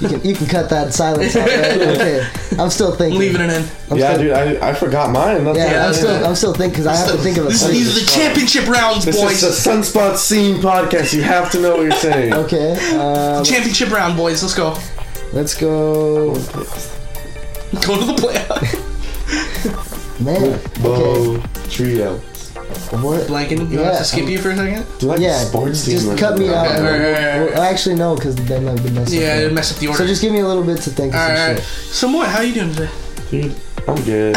[SPEAKER 3] you can you can cut that silence. Out, right? Okay, I'm still thinking.
[SPEAKER 1] I'm leaving it in.
[SPEAKER 3] I'm
[SPEAKER 2] yeah,
[SPEAKER 3] still,
[SPEAKER 2] dude, I, I forgot mine. That's
[SPEAKER 3] yeah,
[SPEAKER 2] yeah,
[SPEAKER 3] I'm
[SPEAKER 1] that's
[SPEAKER 3] still
[SPEAKER 1] it.
[SPEAKER 3] I'm still thinking because I have to think of a
[SPEAKER 1] This-
[SPEAKER 3] sentence.
[SPEAKER 1] these are the championship rounds,
[SPEAKER 2] this
[SPEAKER 1] boys.
[SPEAKER 2] is the Sunspot Scene podcast. You have to know what you're saying.
[SPEAKER 3] Okay, um,
[SPEAKER 1] championship round, boys. Let's go.
[SPEAKER 3] let's go,
[SPEAKER 1] Go to the playoff.
[SPEAKER 3] man. Okay,
[SPEAKER 2] Bo Trio.
[SPEAKER 3] what?
[SPEAKER 1] Blanken, you want us to skip
[SPEAKER 3] Yeah.
[SPEAKER 1] you for a second?
[SPEAKER 2] Do you like
[SPEAKER 3] Yeah,
[SPEAKER 2] sports team?
[SPEAKER 3] just
[SPEAKER 2] or
[SPEAKER 3] cut me
[SPEAKER 2] something?
[SPEAKER 3] out.
[SPEAKER 1] Okay,
[SPEAKER 3] and
[SPEAKER 1] alright,
[SPEAKER 3] we'll-
[SPEAKER 1] alright,
[SPEAKER 3] we'll-
[SPEAKER 1] alright.
[SPEAKER 3] actually, no, because then I've been messing.
[SPEAKER 1] Yeah, it messed up the order.
[SPEAKER 3] So just give me a little bit to think. Of
[SPEAKER 1] all
[SPEAKER 3] some
[SPEAKER 1] right, all right.
[SPEAKER 3] shit.
[SPEAKER 1] So Moy, how you doing today?
[SPEAKER 2] Dude, I'm good.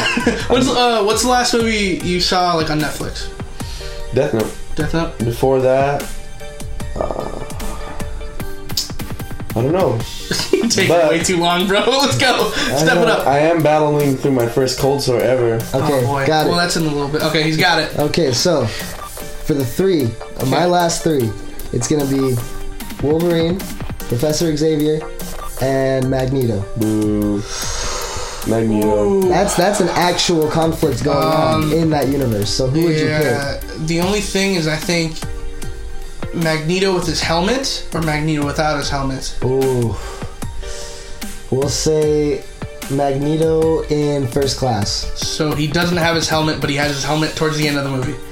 [SPEAKER 1] What's uh, what's the last movie you saw like on Netflix?
[SPEAKER 2] Death Note.
[SPEAKER 1] Death Note.
[SPEAKER 2] Before that, uh, I don't know.
[SPEAKER 1] Taking
[SPEAKER 2] But-
[SPEAKER 1] way too long, bro. Let's go. Step
[SPEAKER 2] I,
[SPEAKER 1] it up.
[SPEAKER 2] I am battling through my first cold sore ever.
[SPEAKER 3] Okay,
[SPEAKER 1] oh boy.
[SPEAKER 3] got it.
[SPEAKER 1] Well, that's in a little bit. Okay, he's got it.
[SPEAKER 3] Okay, so for the three, uh, my last three, it's gonna be Wolverine, Professor Xavier, and Magneto.
[SPEAKER 2] Boo. uh, Magneto.
[SPEAKER 3] That's that's an actual conflict going on in that universe. So who would you pick?
[SPEAKER 1] Um, Yeah. The only thing is, I think Magneto with his helmet or Magneto without his helmet.
[SPEAKER 3] Ooh, we'll say Magneto in first class.
[SPEAKER 1] So he doesn't have his helmet, but he has his helmet towards the end of the movie.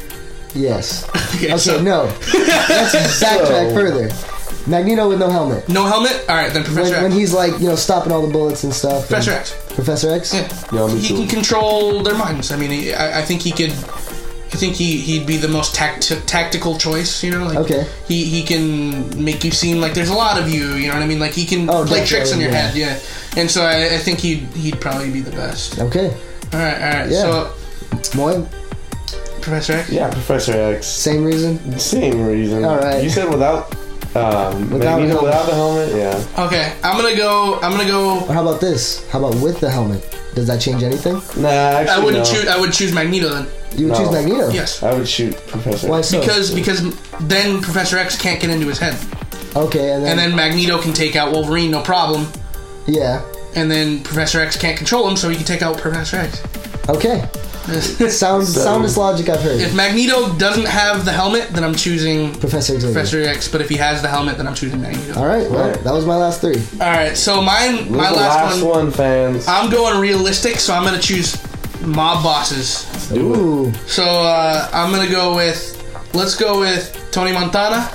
[SPEAKER 3] Yes.
[SPEAKER 1] Okay.
[SPEAKER 3] Okay,
[SPEAKER 1] so,
[SPEAKER 3] no. Let's backtrack
[SPEAKER 2] So-
[SPEAKER 3] further. Magneto with no helmet.
[SPEAKER 1] no helmet. All right, then
[SPEAKER 3] When,
[SPEAKER 1] Professor
[SPEAKER 3] when
[SPEAKER 1] X.
[SPEAKER 3] he's like, you know, stopping all the bullets and stuff. and-
[SPEAKER 1] Professor X.
[SPEAKER 3] Professor X?
[SPEAKER 1] Yeah.
[SPEAKER 2] Yeah, me
[SPEAKER 1] he
[SPEAKER 2] too.
[SPEAKER 1] can control their minds. I mean, he- I, I think he could. I think he he'd be the most tact- tactical choice. You know, like
[SPEAKER 3] Okay.
[SPEAKER 1] he he can make you seem like there's a lot of you. You know what I mean? Like he can
[SPEAKER 3] Oh,
[SPEAKER 1] play tricks on your head.
[SPEAKER 3] definitely,
[SPEAKER 1] Yeah. And so I, I think he'd he'd probably be the best.
[SPEAKER 3] Okay.
[SPEAKER 1] All right, all right.
[SPEAKER 3] Yeah.
[SPEAKER 1] So
[SPEAKER 3] Moy,
[SPEAKER 1] Professor X.
[SPEAKER 2] Yeah, Professor X.
[SPEAKER 3] same reason?
[SPEAKER 2] Same reason.
[SPEAKER 3] All right.
[SPEAKER 2] You said without Um,
[SPEAKER 3] Without
[SPEAKER 2] maybe
[SPEAKER 3] the helmet.
[SPEAKER 2] without the helmet, yeah.
[SPEAKER 1] Okay, I'm gonna go. I'm gonna go.
[SPEAKER 3] Or how about this? How about with the helmet? Does that change anything?
[SPEAKER 2] Nah, actually,
[SPEAKER 1] I wouldn't
[SPEAKER 2] no. Oh.
[SPEAKER 1] choose. I would choose Magneto then.
[SPEAKER 3] You would
[SPEAKER 2] No.
[SPEAKER 3] choose Magneto.
[SPEAKER 1] Yes,
[SPEAKER 2] I would shoot Professor.
[SPEAKER 3] Why so?
[SPEAKER 1] because because then Professor X can't get into his head,
[SPEAKER 3] okay, and then,
[SPEAKER 1] and then Magneto can take out Wolverine, no problem.
[SPEAKER 3] yeah,
[SPEAKER 1] And then Professor X can't control him, so he can take out Professor X.
[SPEAKER 3] okay. Sound
[SPEAKER 2] So-
[SPEAKER 3] soundest logic I've heard.
[SPEAKER 1] if Magneto doesn't have the helmet, then I'm choosing
[SPEAKER 3] Professor Xavier.
[SPEAKER 1] Professor X. But if he has the helmet, then I'm choosing Magneto.
[SPEAKER 3] All right, well,
[SPEAKER 2] Right.
[SPEAKER 3] that was my last three.
[SPEAKER 1] All right, so mine,
[SPEAKER 2] Look
[SPEAKER 1] my
[SPEAKER 2] at the
[SPEAKER 1] last, one,
[SPEAKER 2] fans.
[SPEAKER 3] Ah.
[SPEAKER 1] I'm going realistic, so I'm gonna choose mob bosses.
[SPEAKER 2] Do it.
[SPEAKER 3] Ooh,
[SPEAKER 1] So uh, I'm gonna go with. Let's go with Tony Montana.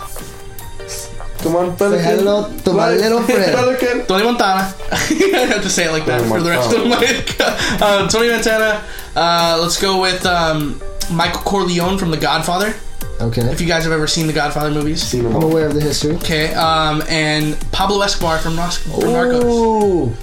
[SPEAKER 2] Come on,
[SPEAKER 3] say
[SPEAKER 2] Pelican.
[SPEAKER 3] hello to my
[SPEAKER 2] Right.
[SPEAKER 3] little friend.
[SPEAKER 2] Pelican.
[SPEAKER 1] Tony Montana. I have to say it like that
[SPEAKER 2] Tony
[SPEAKER 1] for the rest of my. uh, Tony Montana. Uh, let's go with um, Michael Corleone from The Godfather.
[SPEAKER 3] Okay,
[SPEAKER 1] If you guys have ever seen The Godfather movies.
[SPEAKER 2] See them
[SPEAKER 3] I'm
[SPEAKER 2] all.
[SPEAKER 3] aware of the history.
[SPEAKER 1] Okay, um, and Pablo Escobar from, Nar-
[SPEAKER 3] Oh.
[SPEAKER 1] from Narcos.
[SPEAKER 3] Ooh,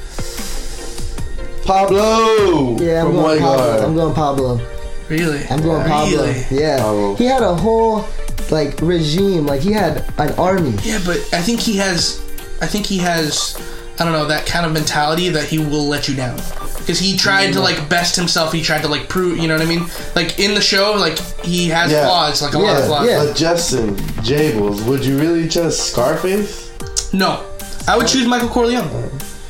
[SPEAKER 2] Pablo.
[SPEAKER 3] yeah, I'm
[SPEAKER 2] from
[SPEAKER 3] going
[SPEAKER 2] White
[SPEAKER 3] Pablo. I'm
[SPEAKER 2] Guard.
[SPEAKER 3] going Pablo.
[SPEAKER 1] Really?
[SPEAKER 3] I'm going Pablo.
[SPEAKER 1] Really?
[SPEAKER 3] Yeah,
[SPEAKER 2] Pablo.
[SPEAKER 3] he had a whole like regime. Like he had an army.
[SPEAKER 1] Yeah, but I think he has. I think he has. I don't know that kind of mentality that he will let you down because he tried to like best himself. He tried to like prove. You know what I mean? Like in the show, like he has
[SPEAKER 2] Yeah.
[SPEAKER 1] flaws, like a lot of
[SPEAKER 3] Yeah,
[SPEAKER 1] flaws.
[SPEAKER 3] yeah.
[SPEAKER 2] But Justin, Jables, would you really trust Scarface?
[SPEAKER 1] No, I would choose Michael Corleone.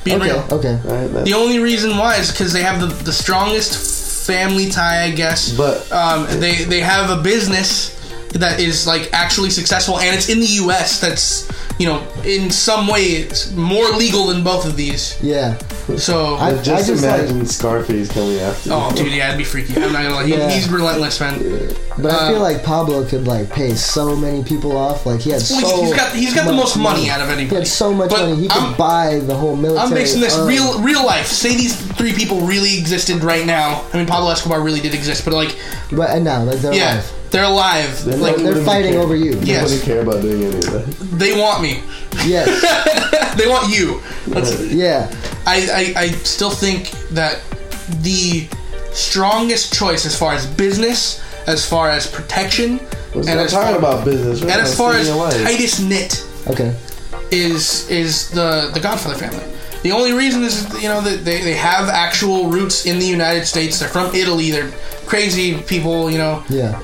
[SPEAKER 1] Being
[SPEAKER 3] Okay,
[SPEAKER 1] real,
[SPEAKER 3] okay.
[SPEAKER 2] Right, that's-
[SPEAKER 1] the only reason why is because they have the, the strongest family tie, I guess.
[SPEAKER 2] But-
[SPEAKER 1] um, they they have a business that is like actually successful, and it's in the U.S. That's you know in some ways more legal than both of these.
[SPEAKER 3] Yeah,
[SPEAKER 1] So
[SPEAKER 3] I-
[SPEAKER 2] Just,
[SPEAKER 3] just like-
[SPEAKER 2] imagine Scarface coming after you.
[SPEAKER 1] Oh, dude, yeah, it'd be freaky. I'm not gonna lie. He,
[SPEAKER 3] Yeah.
[SPEAKER 1] He's relentless, man.
[SPEAKER 3] but I
[SPEAKER 1] Uh,
[SPEAKER 3] feel like Pablo could like pay so many people off. Like he had so.
[SPEAKER 1] Well, he's got he's got the most
[SPEAKER 3] much
[SPEAKER 1] money out of anybody.
[SPEAKER 3] He had so much
[SPEAKER 1] But
[SPEAKER 3] money. He could
[SPEAKER 1] I'm,
[SPEAKER 3] buy the whole military.
[SPEAKER 1] I'm basing this
[SPEAKER 3] of-
[SPEAKER 1] real real life. Say these three people really existed right now. I mean, Pablo Escobar really did exist, but like,
[SPEAKER 3] But and now, like they're
[SPEAKER 1] yeah,
[SPEAKER 3] alive.
[SPEAKER 1] they're alive.
[SPEAKER 2] They
[SPEAKER 1] like
[SPEAKER 2] know-
[SPEAKER 3] They're
[SPEAKER 2] Nobody
[SPEAKER 3] fighting
[SPEAKER 2] cares.
[SPEAKER 3] over you.
[SPEAKER 1] Yeah. Yes.
[SPEAKER 2] Nobody care about doing any of that.
[SPEAKER 1] they want me.
[SPEAKER 3] Yes.
[SPEAKER 1] they want you. That's,
[SPEAKER 3] Yeah.
[SPEAKER 1] I, I I still think that the strongest choice as far as business, as far as protection,
[SPEAKER 2] We're
[SPEAKER 1] and
[SPEAKER 2] not
[SPEAKER 1] as far,
[SPEAKER 2] talking about business. We're
[SPEAKER 1] and
[SPEAKER 2] not
[SPEAKER 1] as far
[SPEAKER 2] saving
[SPEAKER 1] as
[SPEAKER 2] your life.
[SPEAKER 1] tightest knit
[SPEAKER 3] Okay.
[SPEAKER 1] is is the the Godfather family. The only reason is you know that they, they have actual roots in the United States. They're from Italy. They're crazy people. You know,
[SPEAKER 3] Yeah.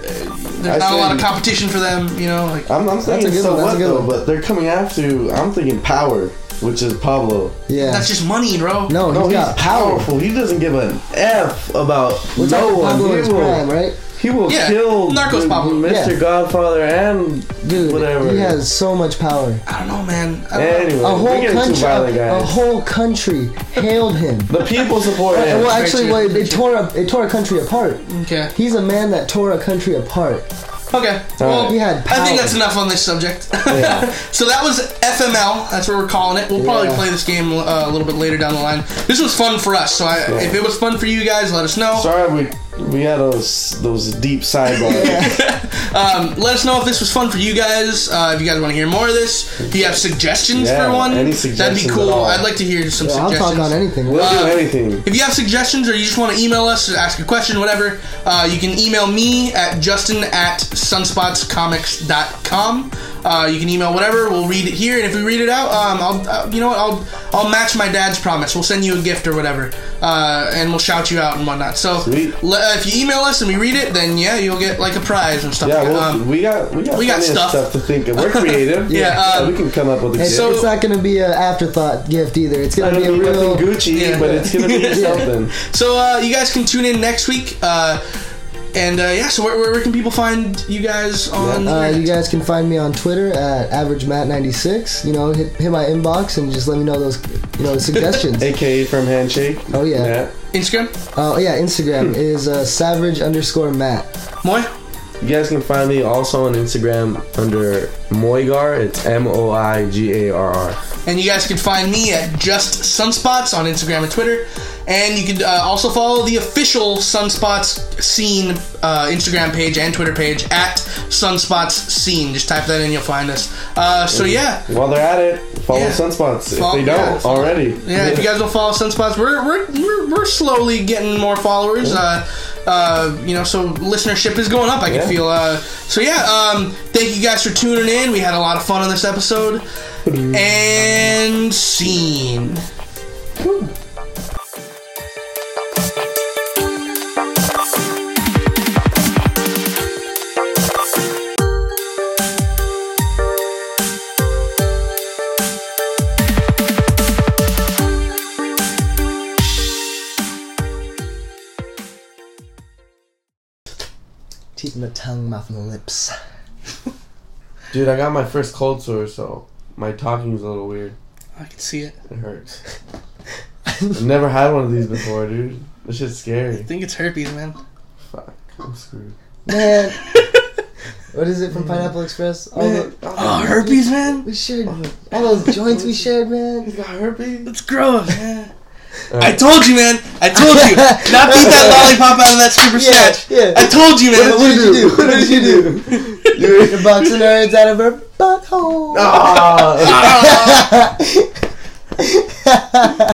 [SPEAKER 1] there's
[SPEAKER 2] I
[SPEAKER 1] not
[SPEAKER 2] Oh,
[SPEAKER 1] a lot of
[SPEAKER 2] say-
[SPEAKER 1] competition for them. You know, like
[SPEAKER 2] I'm, I'm thinking
[SPEAKER 3] a good
[SPEAKER 2] so
[SPEAKER 3] one, that's a
[SPEAKER 2] what
[SPEAKER 3] good
[SPEAKER 2] though,
[SPEAKER 3] one.
[SPEAKER 2] but they're coming after. you. I'm thinking power, which is Pablo.
[SPEAKER 3] Yeah.
[SPEAKER 1] that's just money, bro.
[SPEAKER 3] no,
[SPEAKER 2] No,
[SPEAKER 3] he's
[SPEAKER 2] he's
[SPEAKER 3] got power.
[SPEAKER 2] powerful. He doesn't give an f about
[SPEAKER 3] We're
[SPEAKER 2] no
[SPEAKER 3] talking
[SPEAKER 2] one.
[SPEAKER 3] Pablo
[SPEAKER 2] He
[SPEAKER 3] is
[SPEAKER 2] will,
[SPEAKER 3] prime, right?
[SPEAKER 2] he will
[SPEAKER 1] Yeah,
[SPEAKER 2] kill
[SPEAKER 1] Narcos
[SPEAKER 2] the-
[SPEAKER 1] Pablo.
[SPEAKER 2] Mr.
[SPEAKER 3] Yeah.
[SPEAKER 2] Godfather and
[SPEAKER 3] Dude,
[SPEAKER 2] whatever.
[SPEAKER 3] he has so much power.
[SPEAKER 1] I don't know, man. I don't know.
[SPEAKER 2] Anyway,
[SPEAKER 3] A
[SPEAKER 2] we
[SPEAKER 3] whole
[SPEAKER 2] get too
[SPEAKER 3] country,
[SPEAKER 2] violent,
[SPEAKER 3] a,
[SPEAKER 2] guys.
[SPEAKER 3] whole country hailed him.
[SPEAKER 2] the people support him.
[SPEAKER 3] well, actually, well, it tore a, it tore a country apart.
[SPEAKER 1] Okay.
[SPEAKER 3] He's a man that tore a country apart.
[SPEAKER 1] Okay.
[SPEAKER 2] right.
[SPEAKER 1] Well,
[SPEAKER 3] He had power.
[SPEAKER 1] I think that's enough on this subject.
[SPEAKER 2] Yeah.
[SPEAKER 1] so that was FML. That's what we're calling it. We'll probably
[SPEAKER 3] Yeah.
[SPEAKER 1] play this game uh, a little bit later down the line. This was fun for us. So I, if it was fun for you guys, let us know.
[SPEAKER 2] Sorry, we we had those those deep sidebars.
[SPEAKER 1] Um, let us know if this was fun for you guys. Uh, if you guys want to hear more of this, if you have suggestions
[SPEAKER 2] Yeah,
[SPEAKER 1] for one, that'd
[SPEAKER 2] any
[SPEAKER 1] be
[SPEAKER 2] suggestions at
[SPEAKER 1] cool.
[SPEAKER 2] all.
[SPEAKER 1] I'd like to hear some
[SPEAKER 3] I'll
[SPEAKER 1] suggestions.
[SPEAKER 3] talk on anything.
[SPEAKER 2] We'll
[SPEAKER 1] Uh,
[SPEAKER 2] do anything.
[SPEAKER 1] If you have suggestions or you just want to email us, ask a question, whatever, uh, you can email me at justin at sunspotscomics.com. Uh, you can email whatever. We'll read it here, and if we read it out, um, I'll uh, you know what I'll I'll match my dad's promise. We'll send you a gift or whatever, uh, and we'll shout you out and whatnot. So
[SPEAKER 2] Sweet.
[SPEAKER 1] le- uh, if you email us and we read it, then yeah, you'll get like a prize and stuff.
[SPEAKER 2] Yeah,
[SPEAKER 1] like that.
[SPEAKER 2] well,
[SPEAKER 1] Um,
[SPEAKER 2] we got we got
[SPEAKER 1] we got
[SPEAKER 2] plenty of
[SPEAKER 1] stuff.
[SPEAKER 2] stuff to think of. We're creative.
[SPEAKER 1] Yeah, um,
[SPEAKER 2] we can come up with a
[SPEAKER 3] And
[SPEAKER 2] gift.
[SPEAKER 3] so it's not going to be an afterthought gift either. It's going to
[SPEAKER 2] It'll
[SPEAKER 3] be a
[SPEAKER 2] be nothing
[SPEAKER 3] real.
[SPEAKER 2] Gucci,
[SPEAKER 1] Yeah.
[SPEAKER 2] but it's gonna be something.
[SPEAKER 1] So uh, you guys can tune in next week. Uh, and uh, yeah, so where, where, where can people find you guys on? the
[SPEAKER 3] Uh,
[SPEAKER 1] internet?
[SPEAKER 3] you guys can find me on Twitter at averagemat96. You know, hit, hit my inbox and just let me know those, you know, suggestions.
[SPEAKER 2] AKA from Handshake.
[SPEAKER 3] Oh, yeah.
[SPEAKER 1] Instagram,
[SPEAKER 3] Oh yeah, Instagram is uh, savage underscore Matt.
[SPEAKER 1] Moy.
[SPEAKER 2] You guys can find me also on Instagram under Moigar. It's M O I G A R R.
[SPEAKER 1] And you guys can find me at Just Sunspots on Instagram and Twitter. And you can uh, also follow the official Sunspots Scene uh, Instagram page and Twitter page at Sunspots Scene. Just type that in, you'll find us. Uh, so yeah.
[SPEAKER 2] While they're at it, follow
[SPEAKER 1] Yeah.
[SPEAKER 2] Sunspots
[SPEAKER 1] Follow-
[SPEAKER 2] if they
[SPEAKER 1] yeah,
[SPEAKER 2] don't
[SPEAKER 1] follow-
[SPEAKER 2] already.
[SPEAKER 1] Yeah, if you guys don't follow Sunspots, we're we're, we're, we're slowly getting more followers. Uh, uh, you know, so listenership is going up. I can
[SPEAKER 2] Yeah.
[SPEAKER 1] feel. Uh, so yeah, um, thank you guys for tuning in. We had a lot of fun on this episode. And scene.
[SPEAKER 3] Teeth in the tongue, mouth and the lips.
[SPEAKER 2] Dude, I got my first cold sore, so my talking's a little weird.
[SPEAKER 1] I can see it.
[SPEAKER 2] It hurts. I've never had one of these before, dude. This shit's
[SPEAKER 1] I
[SPEAKER 2] scary.
[SPEAKER 1] think it's herpes, man.
[SPEAKER 2] Fuck, I'm screwed.
[SPEAKER 3] Man. what is it from Pineapple Express? All the,
[SPEAKER 1] Oh, herpes, man.
[SPEAKER 3] we shared all those joints we shared, man.
[SPEAKER 2] got herpes.
[SPEAKER 1] That's gross, man. I
[SPEAKER 2] Alright.
[SPEAKER 1] told you, man. I told you. Not beat that lollipop out of that super
[SPEAKER 3] Yeah,
[SPEAKER 1] snatch.
[SPEAKER 3] yeah.
[SPEAKER 1] I told you, man.
[SPEAKER 3] What did you do? What did you do?
[SPEAKER 2] Dude.
[SPEAKER 3] The box of nerds out of her butthole.
[SPEAKER 2] Ah.